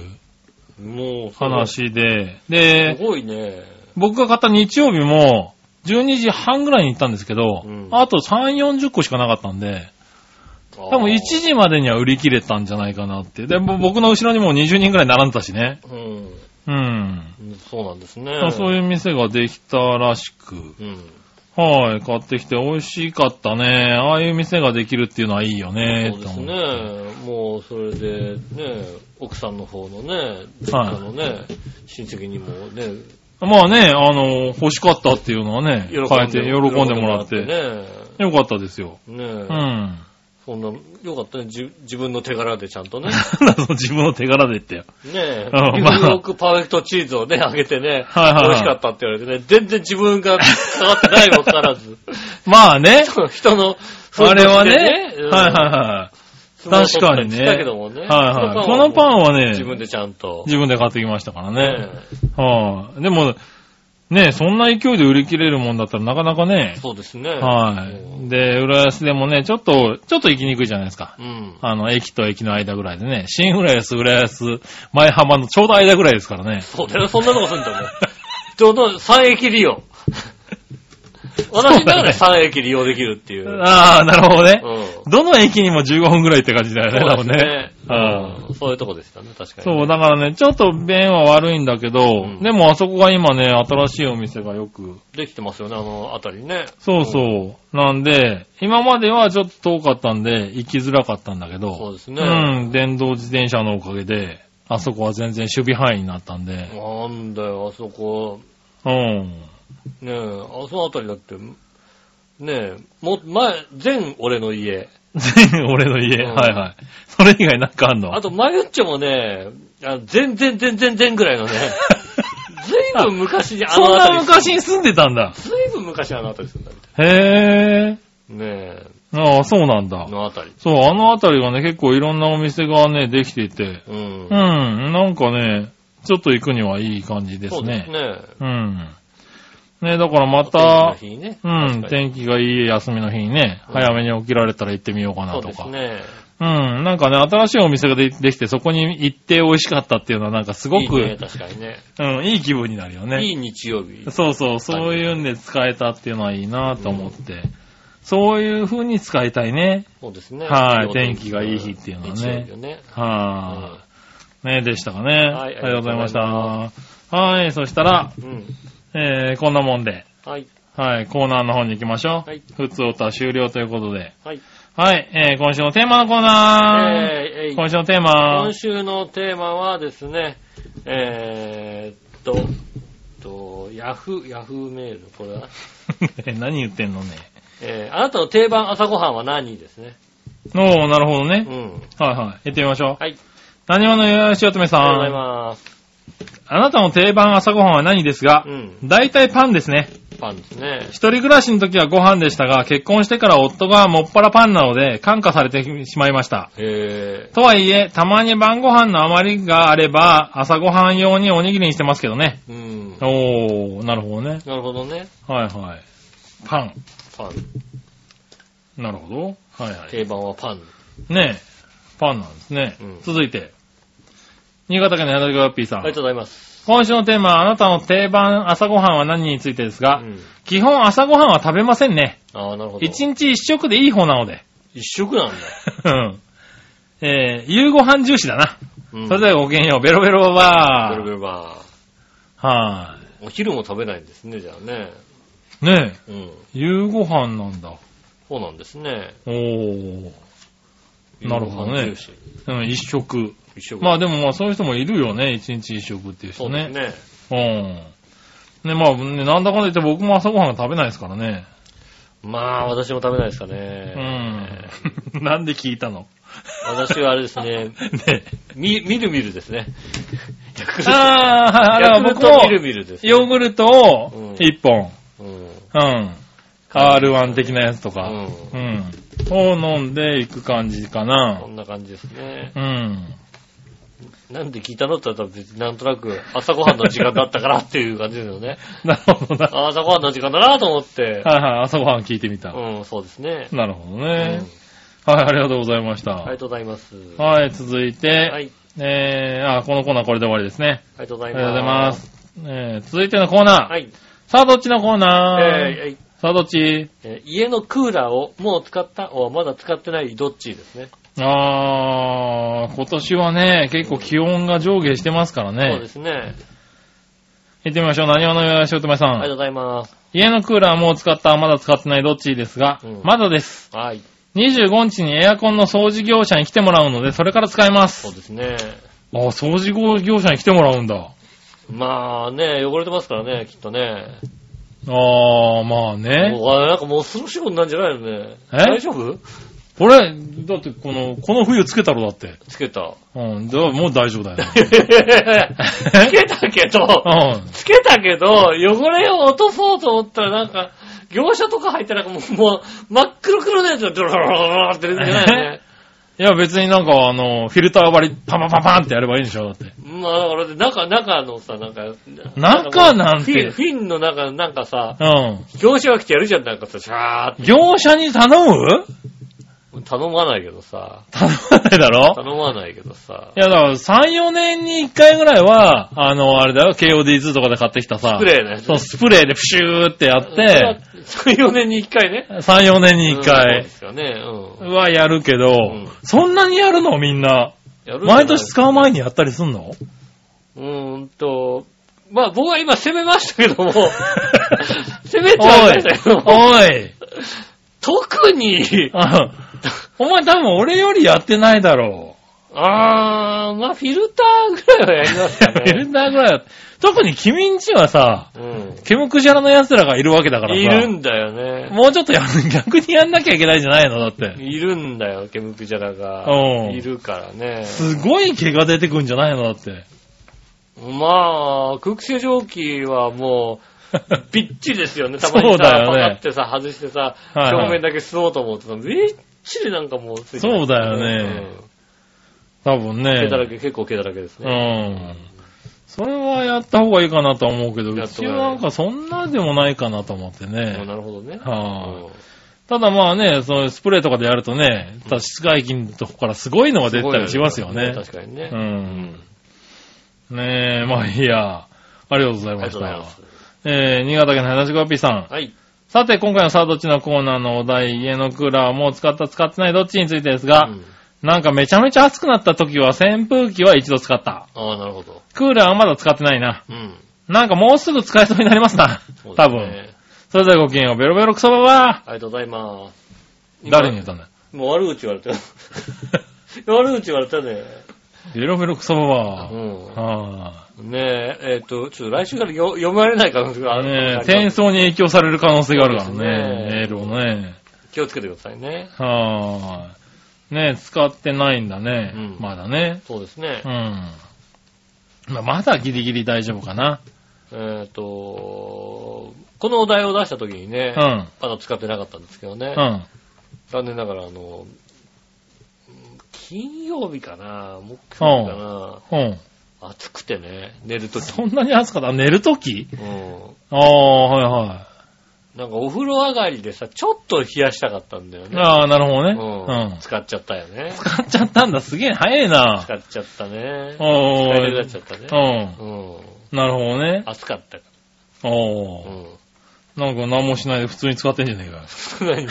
Speaker 2: もう、その
Speaker 3: 話で、
Speaker 2: す
Speaker 3: で、
Speaker 2: ごいね。
Speaker 3: 僕が買った日曜日も、12時半ぐらいに行ったんですけど、
Speaker 2: うん
Speaker 3: あと3、40個しかなかったんで、
Speaker 2: 多
Speaker 3: 多分1時までには売り切れたんじゃないかなって。で、ぼ僕の後ろにもう20人ぐらい並んでたしね。
Speaker 2: う
Speaker 3: うん。
Speaker 2: ん。そうなんですね。
Speaker 3: そういう店ができたらしく、
Speaker 2: うん。
Speaker 3: はい、買ってきて美味しかったね。ああいう店ができるっていうのはいいよね、
Speaker 2: そうです
Speaker 3: と思って
Speaker 2: ね。もう、それで、ね、奥さんの方のね、実家のね、親戚にもね、
Speaker 3: まあね、あの、欲しかったっていうのはね、
Speaker 2: 喜ん
Speaker 3: 買えて
Speaker 2: で、
Speaker 3: 喜んでもらって、
Speaker 2: ね。
Speaker 3: よかったですよ。
Speaker 2: ね
Speaker 3: うん。
Speaker 2: そんな、よかったね。じ自分の手柄でちゃんとね。
Speaker 3: なんだその自分の手柄でってよ。
Speaker 2: ねえ、
Speaker 3: う
Speaker 2: ニ
Speaker 3: ん
Speaker 2: ューヨークパーフェクトチーズをね、あげてね、
Speaker 3: はいはいはい
Speaker 2: 美味しかったって言われてね、全然自分が下がってないにもかかわら ず、
Speaker 3: まあね、
Speaker 2: 人の、
Speaker 3: あれはね、
Speaker 2: うん
Speaker 3: はいはいはい。確かにね。
Speaker 2: だけどもね。
Speaker 3: はいはい。このパン
Speaker 2: は
Speaker 3: はね、
Speaker 2: 自分でちゃんと。
Speaker 3: 自分で買ってきましたからね。
Speaker 2: ね
Speaker 3: はい、でも、ね、そんな勢いで売り切れるもんだったらなかなかね
Speaker 2: え、そうですね。
Speaker 3: は
Speaker 2: う
Speaker 3: い。で、浦安でもね、ちょっと、ちょっと行きにくいじゃないですか。
Speaker 2: うん。
Speaker 3: あの、駅と駅の間ぐらいでね、新浦安、浦安、前浜のちょうど間ぐらいですからね。
Speaker 2: そうだよ、そんなとこ住ん だね。ちょうど3駅利用。私の中で3駅利用できるっていう。
Speaker 3: ああ、なるほどね
Speaker 2: う。ん。
Speaker 3: どの駅にも15分ぐらいって感じだよね、多
Speaker 2: そう
Speaker 3: 分
Speaker 2: ですね
Speaker 3: ね。うん。
Speaker 2: うんそういうとこでしたね、確かにね。
Speaker 3: そう、だからね、ちょっと便は悪いんだけど、
Speaker 2: うん
Speaker 3: でもあそこが今ね、新しいお店がよく、
Speaker 2: できてますよね、あのあたりね。
Speaker 3: そうそう。なんで、今まではちょっと遠かったんで、行きづらかったんだけど、
Speaker 2: そうですね
Speaker 3: うん、電動自転車のおかげで、あそこは全然守備範囲になったんで、
Speaker 2: なんだよ、あそこ。
Speaker 3: うん。
Speaker 2: ねえ、あそのあたりだって、ねえ、も、前、全俺の家。
Speaker 3: 全部 俺の家、
Speaker 2: うん
Speaker 3: はいはい。それ以外なんかあんの
Speaker 2: あと、マユッチョもね、あ全然全然全ぐらい のね、ずいぶん昔にあ
Speaker 3: そん
Speaker 2: のあた
Speaker 3: な
Speaker 2: り。
Speaker 3: 昔に住んでたんだ。
Speaker 2: ずいぶん昔あのあたり住んだみた
Speaker 3: へ
Speaker 2: い。
Speaker 3: ぇ
Speaker 2: ねえ、
Speaker 3: ー。ああ、そうなんだ
Speaker 2: あ。のあたり。
Speaker 3: そう、あの辺りがね、結構いろんなお店がね、できていて、
Speaker 2: うん。
Speaker 3: うん、なんかね、ちょっと行くにはいい感じです
Speaker 2: そうです
Speaker 3: ね。
Speaker 2: ね。
Speaker 3: うん。ね、だからま
Speaker 2: お
Speaker 3: た、
Speaker 2: 天気の日にね。
Speaker 3: うん、
Speaker 2: 確かに
Speaker 3: 天気がいい休みの日にね、
Speaker 2: うん
Speaker 3: 早めに起きられたら行ってみようか
Speaker 2: そ
Speaker 3: な
Speaker 2: う
Speaker 3: と
Speaker 2: です
Speaker 3: か。
Speaker 2: ね。
Speaker 3: うん、なんかね、新しいお店がでできて、そこに行って美味しかったっていうのはなんかすご
Speaker 2: いい
Speaker 3: く、
Speaker 2: ね、確かにね。
Speaker 3: うん、いい気分になるよね。
Speaker 2: いい日曜日。
Speaker 3: そうそう、そういうんで使えたっていうのはいいなと思って、そういう風に使いたいね。
Speaker 2: そうですね。
Speaker 3: はい天気がいい日っていうのはね
Speaker 2: 日曜日をね。
Speaker 3: はぁ、ね、でしたかね、
Speaker 2: はい
Speaker 3: ありがとうございました。
Speaker 2: ありがとう
Speaker 3: はい、そしたら、
Speaker 2: うん。うん
Speaker 3: えー、こんなもんで、
Speaker 2: はい。
Speaker 3: はい、コーナーの方に行きましょう。
Speaker 2: はい
Speaker 3: 普通歌終了ということで。
Speaker 2: はい。
Speaker 3: はい、えー、今週のテーマのコーナー。
Speaker 2: えーえい
Speaker 3: 今週のテーマ
Speaker 2: 今、 週のテーマはですね、えー、っと、えっと、ヤフー、ヤフーメール、これは、
Speaker 3: 何言ってんのね。
Speaker 2: えー、あなたの定番朝ごはんは何ですね。
Speaker 3: おー、なるほど
Speaker 2: うん。
Speaker 3: ね。はいはい。行ってみましょう。
Speaker 2: はい。
Speaker 3: 何話のよよしおとめさ
Speaker 2: あ
Speaker 3: ん。
Speaker 2: りがとうございます。
Speaker 3: あなたの定番朝ごはんは何ですが
Speaker 2: う、ん。
Speaker 3: 大体パンですね。
Speaker 2: パンですね。
Speaker 3: 一人暮らしの時はご飯でしたが、結婚してから夫がもっぱらパンなので、感化されてしまいました。
Speaker 2: え
Speaker 3: とはいえ、たまに晩ご飯の余りがあれば、朝ご飯用におにぎりにしてますけどね。
Speaker 2: ー、うん。
Speaker 3: おー、なるほどね。
Speaker 2: なるほどね。
Speaker 3: はいはい。パン。
Speaker 2: パン。
Speaker 3: なるほど。はいはい。
Speaker 2: 定番はパン。
Speaker 3: ねえ、パンなんですね。
Speaker 2: うん
Speaker 3: 続いて、新潟県の柳川ピーさ
Speaker 2: あ
Speaker 3: ん
Speaker 2: りが。とうございます。
Speaker 3: 今週のテーマは、あなたの定番朝ごはんは何についてですが、
Speaker 2: うん、
Speaker 3: 基本朝ごはんは食べませんね。
Speaker 2: ああ、なるほど。
Speaker 3: 一日一食でいい方なので。
Speaker 2: 一食なんだ。
Speaker 3: うんえー、夕ご飯重視だな。
Speaker 2: うん、
Speaker 3: それではごきげんよう、ベロベロバ
Speaker 2: ベ
Speaker 3: ー
Speaker 2: ルベルバ
Speaker 3: は
Speaker 2: ー。お昼も食べないんですね、じゃあね。
Speaker 3: い。ねえ、
Speaker 2: うん。
Speaker 3: 夕ご飯なんだ。
Speaker 2: そうなんですね。
Speaker 3: おー。なるほどね
Speaker 2: 夕ご飯重視。
Speaker 3: うん、一食。
Speaker 2: 一食。
Speaker 3: まあ
Speaker 2: で
Speaker 3: でもまあそういう人もいるよね、一日一食っていう
Speaker 2: そ
Speaker 3: 人
Speaker 2: うです
Speaker 3: ね。
Speaker 2: ね。
Speaker 3: うん。ね、まあ、ね、なんだかんだ言って僕も朝ごはんが食べないですからね。
Speaker 2: まあ、私も食べないですかね。
Speaker 3: うん。 なんで聞いたの
Speaker 2: 私はあれですね、
Speaker 3: ね。
Speaker 2: み、みるみるです ね。ヤクルト。
Speaker 3: ああ、はい、だから
Speaker 2: ヤクル
Speaker 3: 僕
Speaker 2: ト
Speaker 3: も
Speaker 2: み、るみるです、ね。
Speaker 3: ヨーグルトを
Speaker 2: うん
Speaker 3: 1本、
Speaker 2: うん。
Speaker 3: うん。R1 的なやつとか、
Speaker 2: うん。
Speaker 3: うん。を飲んでいく感じかな
Speaker 2: こ。んな感じですね。
Speaker 3: うん。
Speaker 2: なんで聞いたのって言ったら別になんとなく朝ごはんの時間だったからっていう感じですよ ね。
Speaker 3: なるほどな。
Speaker 2: あ朝ごはんの時間だなと思って。
Speaker 3: はいはい、朝ごはん聞いてみた。
Speaker 2: うん、そうですね。
Speaker 3: なるほど
Speaker 2: うん
Speaker 3: ね、はい、ありがとうございました。
Speaker 2: ありがとうございます。は
Speaker 3: はい、続いて、
Speaker 2: い。あり
Speaker 3: えー、あ、このコーナーこれで終わりですね。
Speaker 2: がとうご
Speaker 3: あ
Speaker 2: ざい
Speaker 3: り
Speaker 2: ます。
Speaker 3: がとうございます。えー、続いてのコーナー。
Speaker 2: はい。
Speaker 3: さあ、どっちのコー
Speaker 2: えー
Speaker 3: ナー、
Speaker 2: えー
Speaker 3: さあ、どっち
Speaker 2: えー家のクーラーをもう使ったおまだ使ってないどっちですね。
Speaker 3: あー、今年はね、結構気温が上下してますから
Speaker 2: そう
Speaker 3: ね
Speaker 2: で。すね。
Speaker 3: 行ってみましょう。何話のよしおとめさ。
Speaker 2: ありがとうんございます。
Speaker 3: 家のクーラーもう使った、まだ使ってないどっちですが、
Speaker 2: うん
Speaker 3: まだです。
Speaker 2: はい。
Speaker 3: 25日にエアコンの掃除業者に来てもらうので、それから使いま
Speaker 2: そう
Speaker 3: す。
Speaker 2: ですね。
Speaker 3: あー、掃除業者に来てもらうんだ。
Speaker 2: まあね、汚れてますからね、きっとね。
Speaker 3: あー、まあね。
Speaker 2: もうあれなんかもうすぐ仕事なんじゃないのね。
Speaker 3: え
Speaker 2: 大丈夫
Speaker 3: これ、だってこの、この冬つけたろ、だって。
Speaker 2: つけた。
Speaker 3: うん、だからもう大丈夫だよね。
Speaker 2: つけたけど、
Speaker 3: うん。
Speaker 2: つけたけど、汚れを落とそうと思ったらなんか、業者とか入ったらもう、もう真っ黒黒のやつがドロロロロロって出てんじゃないよね。
Speaker 3: いや、別になんか、あの、フィルター割り、パパパパンってやればいいんでしょ、だって。
Speaker 2: まあ、だから、中、中のさ、なんか、
Speaker 3: 中なん
Speaker 2: フ
Speaker 3: て
Speaker 2: ィンフィンの中、なんかさ、
Speaker 3: うん。
Speaker 2: 業者が来てやるじゃん、なんかさ、シャーって。
Speaker 3: 業者に頼む
Speaker 2: 頼まないけどさ、
Speaker 3: 頼まないだろ
Speaker 2: 頼まないけどさ
Speaker 3: い、や、だから、3、4年に1回ぐらいは、あの、あれだよ、KOD2 とかで買ってきたさ、
Speaker 2: スプレーのやつ。
Speaker 3: そう、スプレーでプシューってやって、
Speaker 2: 3、4年に1回ね。
Speaker 3: 3、4年に1
Speaker 2: うんそう
Speaker 3: 回
Speaker 2: ですよね。うん。
Speaker 3: はやるけど、
Speaker 2: ん
Speaker 3: そんなにやるのみんな。
Speaker 2: やるんじゃない
Speaker 3: 毎年使う前にやったりすんの
Speaker 2: うーんと、まあ僕は今攻めましたけども、 攻めちゃいましたけども、
Speaker 3: おい
Speaker 2: 特に、
Speaker 3: うんお前多分俺よりやってないだろ
Speaker 2: あー、まあフィルターぐらいはやりま
Speaker 3: う。
Speaker 2: す
Speaker 3: フ
Speaker 2: よ
Speaker 3: ィル
Speaker 2: ね。
Speaker 3: ターぐらいだ特に君んちはさ、
Speaker 2: う
Speaker 3: ケムクジャラの奴らがいるわけだから
Speaker 2: ん。
Speaker 3: さ。
Speaker 2: いるんだよね。
Speaker 3: もうちょっとやる、逆にやんなきゃいけないんじゃないのだって。
Speaker 2: いるんだよ、ケムクジャラが
Speaker 3: う。ん
Speaker 2: いるからね。
Speaker 3: すごい毛が出てくんじゃないのだ って。
Speaker 2: まあ、空気清浄機はもう、びっちりですよね。たまに
Speaker 3: そ
Speaker 2: さ、
Speaker 3: うだよね
Speaker 2: パカってさ、外してさ、
Speaker 3: はいはい
Speaker 2: 表面だけ吸おうと思ってさ、びっちりなんかもうついてる
Speaker 3: そうだよね
Speaker 2: うん
Speaker 3: 多分ね
Speaker 2: 毛。だらけ、結構毛だらけです
Speaker 3: う
Speaker 2: ね。
Speaker 3: ん。それはやった方がいいかなとは思うけど、
Speaker 2: や
Speaker 3: う
Speaker 2: った方
Speaker 3: ち
Speaker 2: がいい
Speaker 3: はなんかそんなでもないかなと思って
Speaker 2: うん
Speaker 3: ね。
Speaker 2: なるほどね。
Speaker 3: はただまあね、そのスプレーとかでやるとね、ただ室外機のとこからすごいのが
Speaker 2: うん
Speaker 3: 出たりしますよね。
Speaker 2: 確かにね。
Speaker 3: う
Speaker 2: うんん。
Speaker 3: ねえ、まあいいや。ありがとうござい
Speaker 2: ありが
Speaker 3: ま
Speaker 2: と
Speaker 3: し
Speaker 2: うござい
Speaker 3: た
Speaker 2: ま。す。
Speaker 3: えー、新潟県の話しごぴーさん。
Speaker 2: はい。
Speaker 3: さて、今回のサードッチのコーナーのお題、家のクーラーをもう使った使ってないどっちについてですが、
Speaker 2: うん
Speaker 3: なんかめちゃめちゃ暑くなった時は扇風機は一度使った。
Speaker 2: ああ、なるほど。
Speaker 3: クーラーはまだ使ってないな。
Speaker 2: うん。
Speaker 3: なんかもうすぐ使えそうになりますな。
Speaker 2: そうです
Speaker 3: 多
Speaker 2: ね
Speaker 3: 分。。それではごきげんよう、ベロベロクソババ
Speaker 2: ありがとうございます。
Speaker 3: ー誰に言ったんだよ。
Speaker 2: 今もう悪口言われた。 悪口言われたね。
Speaker 3: ベロベロクソババー。
Speaker 2: う
Speaker 3: は
Speaker 2: ん。ねえ、えっと、ちょっと来週からよ読まれない可能性があ
Speaker 3: あ、
Speaker 2: る
Speaker 3: ねえ、
Speaker 2: あり
Speaker 3: 転
Speaker 2: ます
Speaker 3: 送に影響される可能性があるから
Speaker 2: そうです
Speaker 3: ね、
Speaker 2: ね
Speaker 3: メールをね。
Speaker 2: 気をつけてくださいね。
Speaker 3: はーい。ねえ、使ってないんだね。
Speaker 2: うん
Speaker 3: まだね。
Speaker 2: そうですね
Speaker 3: う。ん。まあまだギリギリ大丈夫かな。
Speaker 2: えっと、このお題を出した時にね、
Speaker 3: うん。
Speaker 2: まだ使ってなかったんですけどね、
Speaker 3: うん。
Speaker 2: 残念ながら、あの、金曜日かな、木曜日かな、
Speaker 3: うん。
Speaker 2: 暑くてね、寝るとき。
Speaker 3: そんなに暑かった寝るとき
Speaker 2: うん
Speaker 3: ああ、はいは
Speaker 2: なんかお風呂上がりでさ、ちょっと冷やしたかったんだよ
Speaker 3: い。
Speaker 2: ね。
Speaker 3: ああ、なるほど
Speaker 2: うん
Speaker 3: ね。うん。
Speaker 2: 使っちゃったよね。
Speaker 3: 使っちゃったんだ。すげえ早いな。
Speaker 2: 使っちゃったね。
Speaker 3: お
Speaker 2: 使えなくなっ
Speaker 3: ー
Speaker 2: ちゃったね。
Speaker 3: うん。
Speaker 2: う
Speaker 3: なるほどね
Speaker 2: ん。。暑かったか
Speaker 3: お
Speaker 2: ら。う
Speaker 3: ー。
Speaker 2: ん。
Speaker 3: なんか何もしないで普通に使ってんじゃねえか。
Speaker 2: 何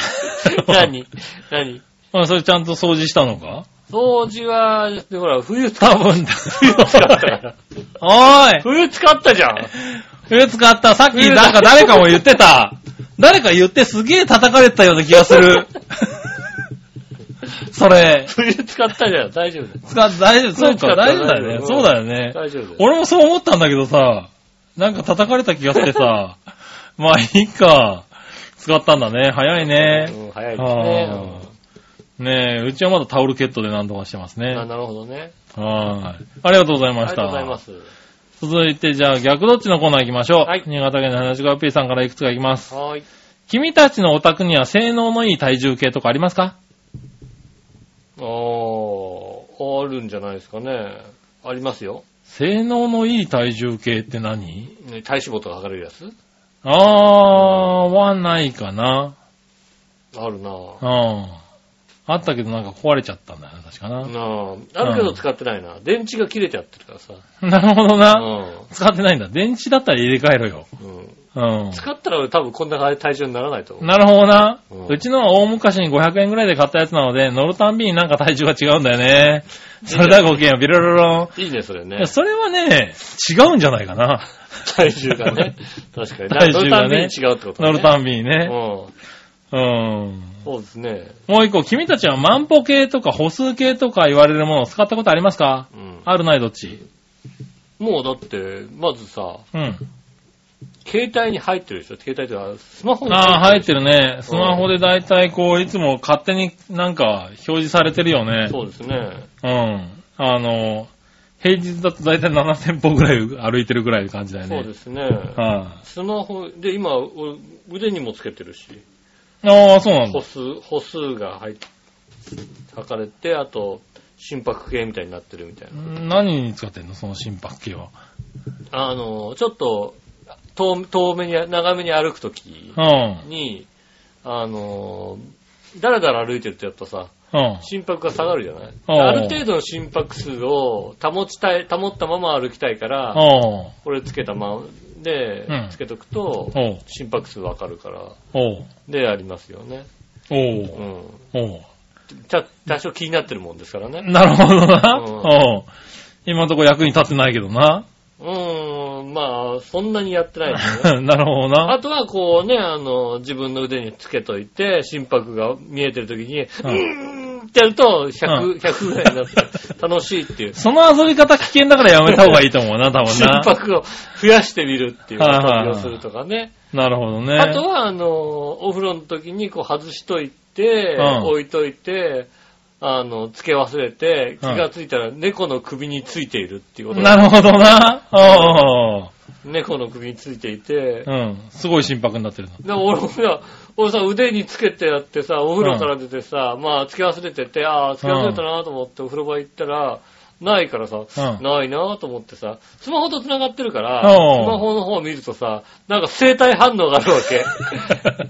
Speaker 2: 何何
Speaker 3: あ、それちゃんと掃除したのか
Speaker 2: 掃除は、でほら、冬使
Speaker 3: 多分だ。
Speaker 2: ったから。
Speaker 3: おーい
Speaker 2: 冬使ったじゃん。
Speaker 3: 冬使った。さっきなんか誰かも言ってた。誰か言ってすげえ叩かれてたような気がす る。それ。
Speaker 2: 冬使ったじゃん。大丈夫だよ。
Speaker 3: 使っ大丈夫、そうか、大丈夫だよね。
Speaker 2: うん
Speaker 3: そうだよね。
Speaker 2: 大丈夫だよ。
Speaker 3: 俺もそう思ったんだけどさ、なんか叩かれた気がして さ、まあいいか。使ったんだね。早いね。
Speaker 2: うん、早いですね。
Speaker 3: あーねえ、うちはまだタオルケットで何とかしてます
Speaker 2: うん
Speaker 3: ね。
Speaker 2: あ
Speaker 3: はい。
Speaker 2: なるほどね。
Speaker 3: ありがとうござい
Speaker 2: あ
Speaker 3: ま
Speaker 2: りが
Speaker 3: した。
Speaker 2: とうございます。
Speaker 3: 続いて、じゃあ逆どっちのコーナー行きましょう。
Speaker 2: はい
Speaker 3: 新潟県の話が P さんからいくつか行きます。
Speaker 2: はーい。
Speaker 3: 君たちのお宅には性能のいい体重計とかありますか
Speaker 2: ああ、あるんじゃないですかね。ありますよ。
Speaker 3: 性能のいい体重計って何
Speaker 2: ね体脂肪とか測れるやつ
Speaker 3: あー、はないかな。
Speaker 2: あるな
Speaker 3: う
Speaker 2: ぁ。
Speaker 3: ん。あったけどなんか壊れちゃったんだよね、確かな。
Speaker 2: なああるけど使ってないな。電池が切れてやってるからさ。
Speaker 3: なるほど
Speaker 2: う
Speaker 3: な。
Speaker 2: ん
Speaker 3: 使ってないんだ。電池だったら入れ替えろよ。
Speaker 2: うん。
Speaker 3: う
Speaker 2: 使ったら俺多分こんな体重にならないと
Speaker 3: ん。
Speaker 2: 思う。
Speaker 3: なるほどな
Speaker 2: うん。
Speaker 3: うちのは大昔に500円ぐらいで買ったやつなので、乗るたんびになんか体重が違うんだよね。それだごきげんよう、ビロロロン
Speaker 2: いいね、それ
Speaker 3: いや。
Speaker 2: ね。
Speaker 3: それはね、違うんじゃないかな。
Speaker 2: 体重がね。確かに。
Speaker 3: 体重
Speaker 2: 乗るた
Speaker 3: がね
Speaker 2: んびに違うってことね。
Speaker 3: 乗るたんびにね。
Speaker 2: う
Speaker 3: うん。
Speaker 2: ん。そうですね。
Speaker 3: もう一個、君たちは万歩計とか歩数計とか言われるものを使ったことありますか
Speaker 2: うん。
Speaker 3: あるないどっち
Speaker 2: もうだって、まずさ、
Speaker 3: うん。
Speaker 2: 携帯に入ってるでしょ携帯というか、スマホに
Speaker 3: ああ、入って
Speaker 2: る
Speaker 3: るね。スマホで大体こう、いつも勝手になんか表示されてるよ
Speaker 2: で
Speaker 3: ね
Speaker 2: しょ。そうですね。
Speaker 3: うん。あの、平日だと大体7000歩ぐらい歩いてるぐらいの感じだよね。。
Speaker 2: そうですすね。
Speaker 3: は
Speaker 2: スマホ、で、今、俺腕にもつけてるし、
Speaker 3: い。ああ、そうなんだ
Speaker 2: 歩。数、歩数が入っ測れて、あと、心拍計みたいになってるみたいな。
Speaker 3: 何に使ってんのその心拍計は。
Speaker 2: あの、ちょっと、遠遠めに、長めに歩くとき
Speaker 3: うん。
Speaker 2: に、あの、だらだら歩いてるとやっぱさ、
Speaker 3: うん。
Speaker 2: 心拍が下がるじゃない
Speaker 3: あ
Speaker 2: あ
Speaker 3: あ
Speaker 2: る程度の心拍数を保ちたい、保ったまま歩きたいから、
Speaker 3: おう。
Speaker 2: これつけたままで
Speaker 3: うん、
Speaker 2: つけとくと、
Speaker 3: おう。
Speaker 2: 心拍数わかるから、
Speaker 3: おう。
Speaker 2: で、ありますよね。
Speaker 3: お
Speaker 2: う
Speaker 3: う。
Speaker 2: ん。
Speaker 3: おう。
Speaker 2: ちゃ、多少気になってるもんですからね。
Speaker 3: なるほどな。
Speaker 2: うん
Speaker 3: おう。今のところ役に立ってないけどな。
Speaker 2: うーん、まあ、そんなにやってないですね。
Speaker 3: なるほど
Speaker 2: あ
Speaker 3: な。
Speaker 2: とは、こうね、あの、自分の腕につけといて、心拍が見えてる時に、うーんってやると、
Speaker 3: う
Speaker 2: 100、100ぐらいになって、 楽しいっていう。
Speaker 3: その遊び方危険だからやめた方がいいと思うな、多分
Speaker 2: 心
Speaker 3: な。
Speaker 2: 拍を増やしてみるっていう
Speaker 3: はいはいはい
Speaker 2: 遊びをするとかね。
Speaker 3: なるほどね。
Speaker 2: あとは、あの、お風呂の時にこう外しといて、
Speaker 3: うん
Speaker 2: 置いといて、あの、つけ忘れて、気
Speaker 3: うん
Speaker 2: がついたら猫の首についているっていうこと
Speaker 3: なるほどな。おう。
Speaker 2: 猫の首についていて、
Speaker 3: うん。すごい心拍になってる
Speaker 2: で
Speaker 3: な。
Speaker 2: も俺もさ、俺さ、腕につけてやってさ、お風呂から出てさ、まあ、つけ忘れてて、ああ、つけ忘れたなと思ってお風呂場行ったら、ないからさ、
Speaker 3: ん
Speaker 2: ないなと思ってさ、スマホと繋がってるから、ス
Speaker 3: おう
Speaker 2: マホの方を見るとさ、なんか生体反応があるわ け。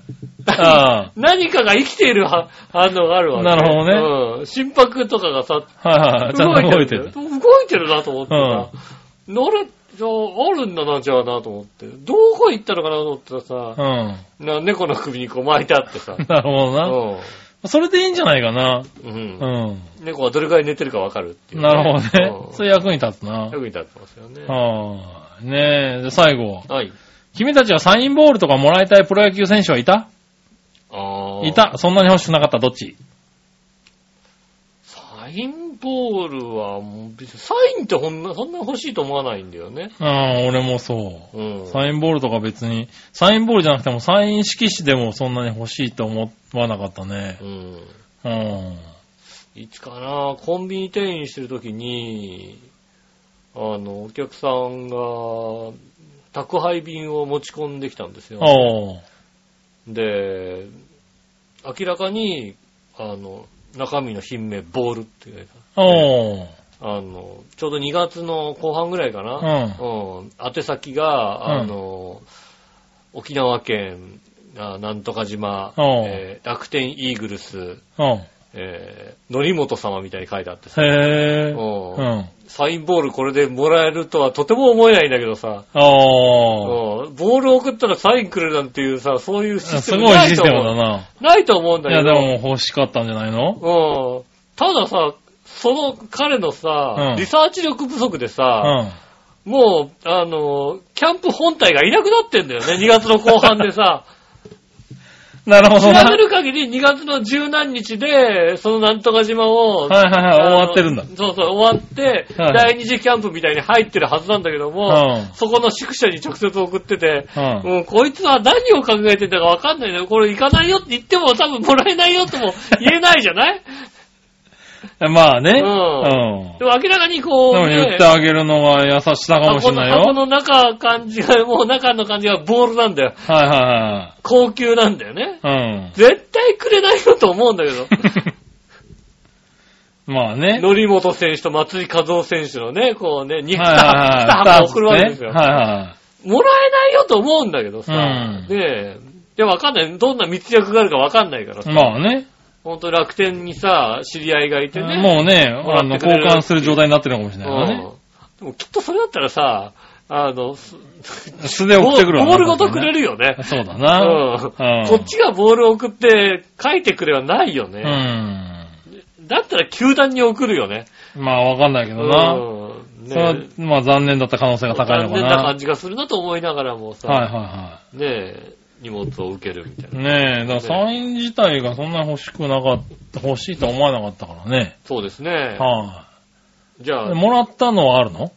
Speaker 3: あ
Speaker 2: 何かが生きているは反応があるわけ。
Speaker 3: なる
Speaker 2: ほどね。うん。心拍とかがさ、
Speaker 3: あ。はいはい。ちゃんと動いて
Speaker 2: 動い
Speaker 3: る。
Speaker 2: てる動いてるなと思ってさ、あれ、じゃあ、あるんだな、じゃあなと思って。どこ行ったのかなと思ったらさ、
Speaker 3: うん。
Speaker 2: な猫の首にこう巻いてあってさ。
Speaker 3: なるほど
Speaker 2: う
Speaker 3: な。
Speaker 2: ん。
Speaker 3: それでいいんじゃないかな。
Speaker 2: うん
Speaker 3: うん。
Speaker 2: 猫はどれくらい寝てるかわかるっていう、
Speaker 3: なるほどね。
Speaker 2: うん
Speaker 3: それ役に立つな。
Speaker 2: 役に立ってますよね。
Speaker 3: ああ。ねえ、で最後。
Speaker 2: はい。
Speaker 3: 君たちはサインボールとかもらいたいプロ野球選手はいた
Speaker 2: あー
Speaker 3: い。た。そんなに欲しくなかったどっち
Speaker 2: サインボールは、もう別にサインってほんな、そんな欲しいと思わないんだよね。
Speaker 3: うん、俺もそう。
Speaker 2: うん。
Speaker 3: サインボールとか別に、サインボールじゃなくてもサイン色紙でもそんなに欲しいと思わなかったね
Speaker 2: う。ん。
Speaker 3: うん。
Speaker 2: いつかな、コンビニ店員してるときに、あの、お客さんが、宅配便を持ち込んできたんですよ。
Speaker 3: おー。
Speaker 2: で、明らかに、あの、中身の品名、ボールって書いて
Speaker 3: おー。
Speaker 2: あるあの、ちょうど2月の後半ぐらいか
Speaker 3: う
Speaker 2: な。
Speaker 3: ん。
Speaker 2: うん。宛先が、あの、沖縄県、あなんとか島、
Speaker 3: おう
Speaker 2: えー楽天イーグルス、
Speaker 3: うん。
Speaker 2: えー、のりもと様みたいに書いてあってさ、
Speaker 3: へぇー。
Speaker 2: うん
Speaker 3: うん。
Speaker 2: サインボールこれでもらえるとはとても思えないんだけどさ、
Speaker 3: おー。
Speaker 2: うんボール送ったらサインくれるなんていうさ、そういうシス
Speaker 3: す
Speaker 2: テム
Speaker 3: ごい
Speaker 2: ない
Speaker 3: シス
Speaker 2: と
Speaker 3: テ
Speaker 2: 思
Speaker 3: ム
Speaker 2: う。
Speaker 3: だな。
Speaker 2: ないと思うんだ
Speaker 3: い
Speaker 2: けど。
Speaker 3: や、でも欲しかったんじゃない
Speaker 2: う
Speaker 3: の
Speaker 2: ん。たださ、その彼のさ、
Speaker 3: うん
Speaker 2: リサーチ力不足で
Speaker 3: う
Speaker 2: さ、
Speaker 3: ん。
Speaker 2: もう、あの、キャンプ本体がいなくなってんだよね、2月の後半で さ。
Speaker 3: なるほ
Speaker 2: 調
Speaker 3: どな。は
Speaker 2: べ
Speaker 3: い
Speaker 2: る限り2月の十何日で、そのなんとか島を、
Speaker 3: はいはい、終わってるんだ
Speaker 2: あ。のそうそう、終わって、
Speaker 3: はい
Speaker 2: 第二次キャンプみたいに入ってるはずなんだけども、
Speaker 3: うん
Speaker 2: そこの宿舎に直接送ってて、
Speaker 3: うん
Speaker 2: もうこいつは何を考えてんだかわかんないね。これ行かないよって言っても多分もらえないよとも言えないじゃない
Speaker 3: まあね。
Speaker 2: う
Speaker 3: うんん。
Speaker 2: でも明らかにこう、
Speaker 3: でも
Speaker 2: ね、
Speaker 3: 言ってあげるのが優しさかもし
Speaker 2: 箱
Speaker 3: れ
Speaker 2: の
Speaker 3: ない
Speaker 2: 箱
Speaker 3: よ。
Speaker 2: の中感じが、もう中の感じがボールなんだよ。
Speaker 3: はいは
Speaker 2: 高級なんだよね。
Speaker 3: いはい。
Speaker 2: 絶対くれないよと思うんだけ ど。
Speaker 3: うん。まあね。
Speaker 2: 則本選手と松井和夫選手のね、こうね、2
Speaker 3: はいは
Speaker 2: 箱、2
Speaker 3: いはい。
Speaker 2: 箱送るわけですよ。
Speaker 3: はいは
Speaker 2: もらえないよと思うんだけどさ、
Speaker 3: うん
Speaker 2: で、で、わかんない。どんな密約があるかわかんないから
Speaker 3: い。
Speaker 2: さ、
Speaker 3: まあね。
Speaker 2: ほんと楽天にさ、知り合いがいてね。
Speaker 3: もうね、
Speaker 2: もら
Speaker 3: あ
Speaker 2: っ
Speaker 3: の、
Speaker 2: てくれ
Speaker 3: 交
Speaker 2: る
Speaker 3: 換する状態になってるのかもしれないからね。
Speaker 2: うんでもきっとそれだったらさ、あの、す
Speaker 3: 素で送ってくるわ
Speaker 2: ボ
Speaker 3: ね
Speaker 2: ボールごとくれるよね。
Speaker 3: そうだ
Speaker 2: う
Speaker 3: な。
Speaker 2: ん
Speaker 3: うん
Speaker 2: こっちがボールを送って書いてくれはないよ
Speaker 3: う
Speaker 2: ね。
Speaker 3: ん。
Speaker 2: だったら球団に送るよね。
Speaker 3: まあわかんないけどな。
Speaker 2: うん
Speaker 3: それは
Speaker 2: ね、
Speaker 3: まあ残念だった可能性が高いの
Speaker 2: 残
Speaker 3: か
Speaker 2: 念な
Speaker 3: な
Speaker 2: 感。じがするなと思いながらもさ、
Speaker 3: はいは
Speaker 2: ねえ荷物を受けるみたい
Speaker 3: いは
Speaker 2: な。
Speaker 3: い。ねえ、だからサイン自体がそんなに欲しくなかった、欲しいとは思わなかったからね。
Speaker 2: そうですね。
Speaker 3: は
Speaker 2: じゃ
Speaker 3: い、
Speaker 2: あ、
Speaker 3: もらったのはあるの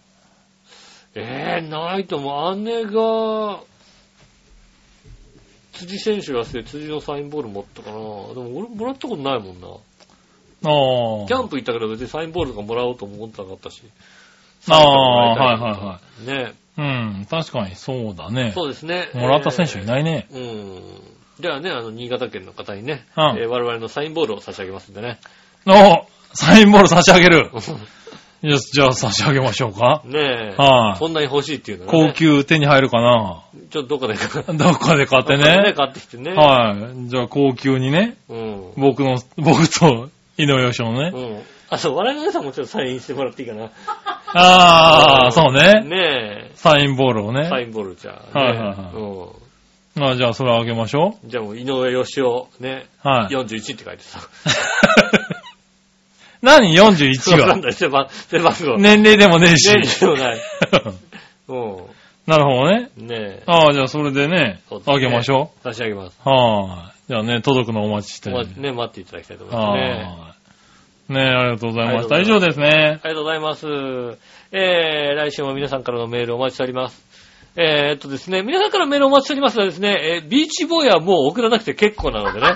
Speaker 2: ええないと思う。姉が、辻選手がして辻のサインボール持ったかな。でも俺もらったことないもんな。
Speaker 3: ああ。
Speaker 2: キャンプ行ったけど別にサインボールとかもらおうとも思ってなかったし。
Speaker 3: ああ、
Speaker 2: サイ
Speaker 3: はい
Speaker 2: ンボールもら
Speaker 3: はいはい
Speaker 2: たい。ね
Speaker 3: い。うん、確かにそうだね。
Speaker 2: そうですね。
Speaker 3: もらった選手いないね。
Speaker 2: えーうん。じゃあね、あの、新潟県の方にね、
Speaker 3: うん
Speaker 2: えー我々のサインボールを差し上げますんでね。
Speaker 3: おサインボール差し上げる。よし、じゃあ差し上げましょうか。
Speaker 2: ねえ。
Speaker 3: はい
Speaker 2: そんなに欲しいっていうのは、ね。
Speaker 3: 高級手に入るかな。
Speaker 2: ちょっとどっかで買って
Speaker 3: どっかで買ってね。
Speaker 2: 買ってきてね。
Speaker 3: はい。じゃあ高級にね、
Speaker 2: うん。
Speaker 3: 僕の、僕と井上洋翔の
Speaker 2: う
Speaker 3: ね。
Speaker 2: ん。あ、そう、笑いの皆さんもちょっとサインしてもらっていいかな。
Speaker 3: ああ、そうね。
Speaker 2: ね
Speaker 3: サインボールを
Speaker 2: え。サイ
Speaker 3: ね。
Speaker 2: ンボールじゃあ、ね。
Speaker 3: はいはいはい
Speaker 2: うん
Speaker 3: まあじゃあそれあげましょ
Speaker 2: じゃあもう、井上義雄、ね、
Speaker 3: う。はい。
Speaker 2: 41って書いてさ。
Speaker 3: 何 ?41
Speaker 2: わか
Speaker 3: が
Speaker 2: ん。ない、背番背番号。ね
Speaker 3: 年齢でもねえし。
Speaker 2: え、でもない。う
Speaker 3: なるほどね。
Speaker 2: ん。ねえ。
Speaker 3: ああ、じゃあそれでね
Speaker 2: そうで、すね
Speaker 3: あげましょ
Speaker 2: 差し上げます。
Speaker 3: う。はーい。じゃあね、届くのお待ちして。
Speaker 2: ま
Speaker 3: は
Speaker 2: ね、待っていただきたいと思いますね。
Speaker 3: ーい。ねありがとうございました。
Speaker 2: あ
Speaker 3: 以
Speaker 2: りが
Speaker 3: 上ですね。
Speaker 2: ありがとうございます。えー、来週も皆さんからのメールお待ちしております。えー、っとですね、皆さんからメールお待ちしておりますがですね、えービーチボーイはもう送らなくて結構なので ね。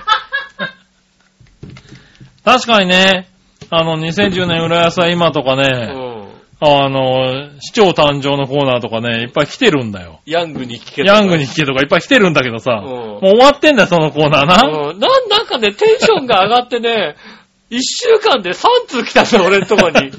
Speaker 3: 確かにね、あの、2010年浦安は今とかね、
Speaker 2: うん。
Speaker 3: あの、市長誕生のコーナーとかね、いっぱい来てるんだよ。
Speaker 2: ヤングに聞け
Speaker 3: ヤングに
Speaker 2: け。
Speaker 3: 聞けとかいっぱい来てるんだけどさ、
Speaker 2: ん
Speaker 3: もう終わってんだよ、そのコーナーな。
Speaker 2: うん。なん、なんかね、テンションが上がってね、 一週間で3通来たんだ、俺んとこ に。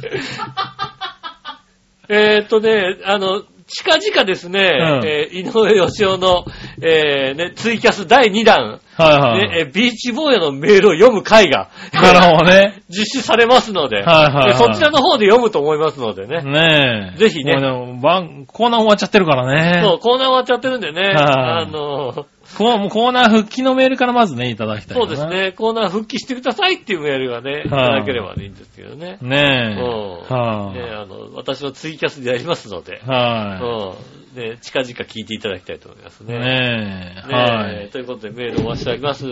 Speaker 2: えーっとね、あの、近々ですね、
Speaker 3: ん
Speaker 2: えー井上義雄の、えーね、ツイキャス第2弾、
Speaker 3: はいは
Speaker 2: ねえ
Speaker 3: い。
Speaker 2: ービーチボーイのメールを読む回が、
Speaker 3: なるほどね。
Speaker 2: 実施されますので、
Speaker 3: はいはいはい
Speaker 2: でそちらの方で読むと思いますのでね。
Speaker 3: ねえ。
Speaker 2: ぜひね
Speaker 3: もうでも番コーナー終わっちゃってるからね。
Speaker 2: そう、コーナー終わっちゃってるんでね、
Speaker 3: はい
Speaker 2: あの、
Speaker 3: こうもうコーナー復帰のメールからまずね、いただきたいか
Speaker 2: そう
Speaker 3: な
Speaker 2: です。ね、コーナー復帰してくださいっていうメールがね、いただければいいんですけどね。
Speaker 3: ねえ。
Speaker 2: うん
Speaker 3: は
Speaker 2: ね、
Speaker 3: い、
Speaker 2: あの、私のツイキャスでやりますので、
Speaker 3: は
Speaker 2: うん。ね、近々聞いていただきたいと思います
Speaker 3: い。
Speaker 2: ね。
Speaker 3: ねえ。
Speaker 2: ね
Speaker 3: はい。
Speaker 2: ということでメールをお待ちしております。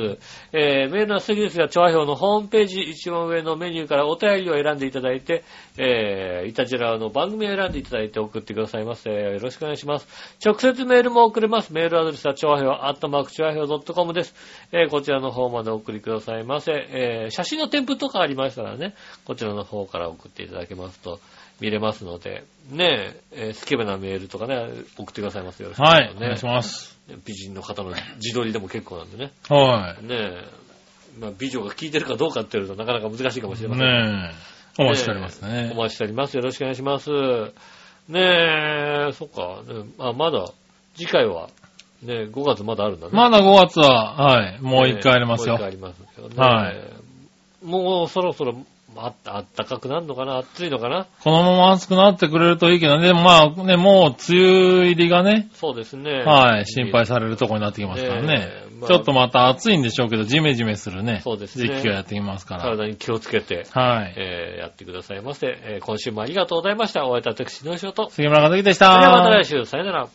Speaker 2: えーメールの素敵ですが、調和表のホームページ一番上のメニューからお便りを選んでいただいて、えー、イタジェラの番組を選んでいただいて送ってくださいませ。よろしくお願いします。直接メールも送れます。メールアドレスは調和表、アットマーク調和表 .com です。えーこちらの方までお送りくださいませ。えー写真の添付とかありましたらね、こちらの方から送っていただけますと見れますので、ねえ、えースケベなメールとかね、送ってくださいますよろしく
Speaker 3: はい。お
Speaker 2: ね
Speaker 3: 願いします。
Speaker 2: 美人の方の自撮りでも結構なんでね。
Speaker 3: は
Speaker 2: ねえ。まあ、美女が聞いてるかどうかっていうとなかなか難しいかもし
Speaker 3: い。
Speaker 2: れません。
Speaker 3: ねえ。お待ちしております
Speaker 2: お
Speaker 3: ね。
Speaker 2: 待ちしております。よろしくお願いします。ねえ、そっか。ねあ、まだ、次回は、ね5月まだあるんだね。
Speaker 3: まだ5月は、はい。もう一回あります
Speaker 2: もう
Speaker 3: よ
Speaker 2: 一。回ありますけどね。
Speaker 3: はい
Speaker 2: もうそろそろ、ああったかくなるのかな暑いのかな
Speaker 3: このまま暑くなってくれるといいけどね。でもまあね、もう梅雨入りがね、
Speaker 2: そうですね。
Speaker 3: はい、心配されるとこになってきますからね
Speaker 2: ええ。まあ
Speaker 3: ちょっとまた暑いんでしょうけど、ジメジメするね、
Speaker 2: そうですね
Speaker 3: 時期がやってきますから。
Speaker 2: 体に気をつけて、
Speaker 3: はい。
Speaker 2: えーやってくださいませ。えー今週もありがとうございました。お会いいた私、の仕事。
Speaker 3: 杉村和樹でし
Speaker 2: それ
Speaker 3: た。
Speaker 2: ではまた来週、さよなら。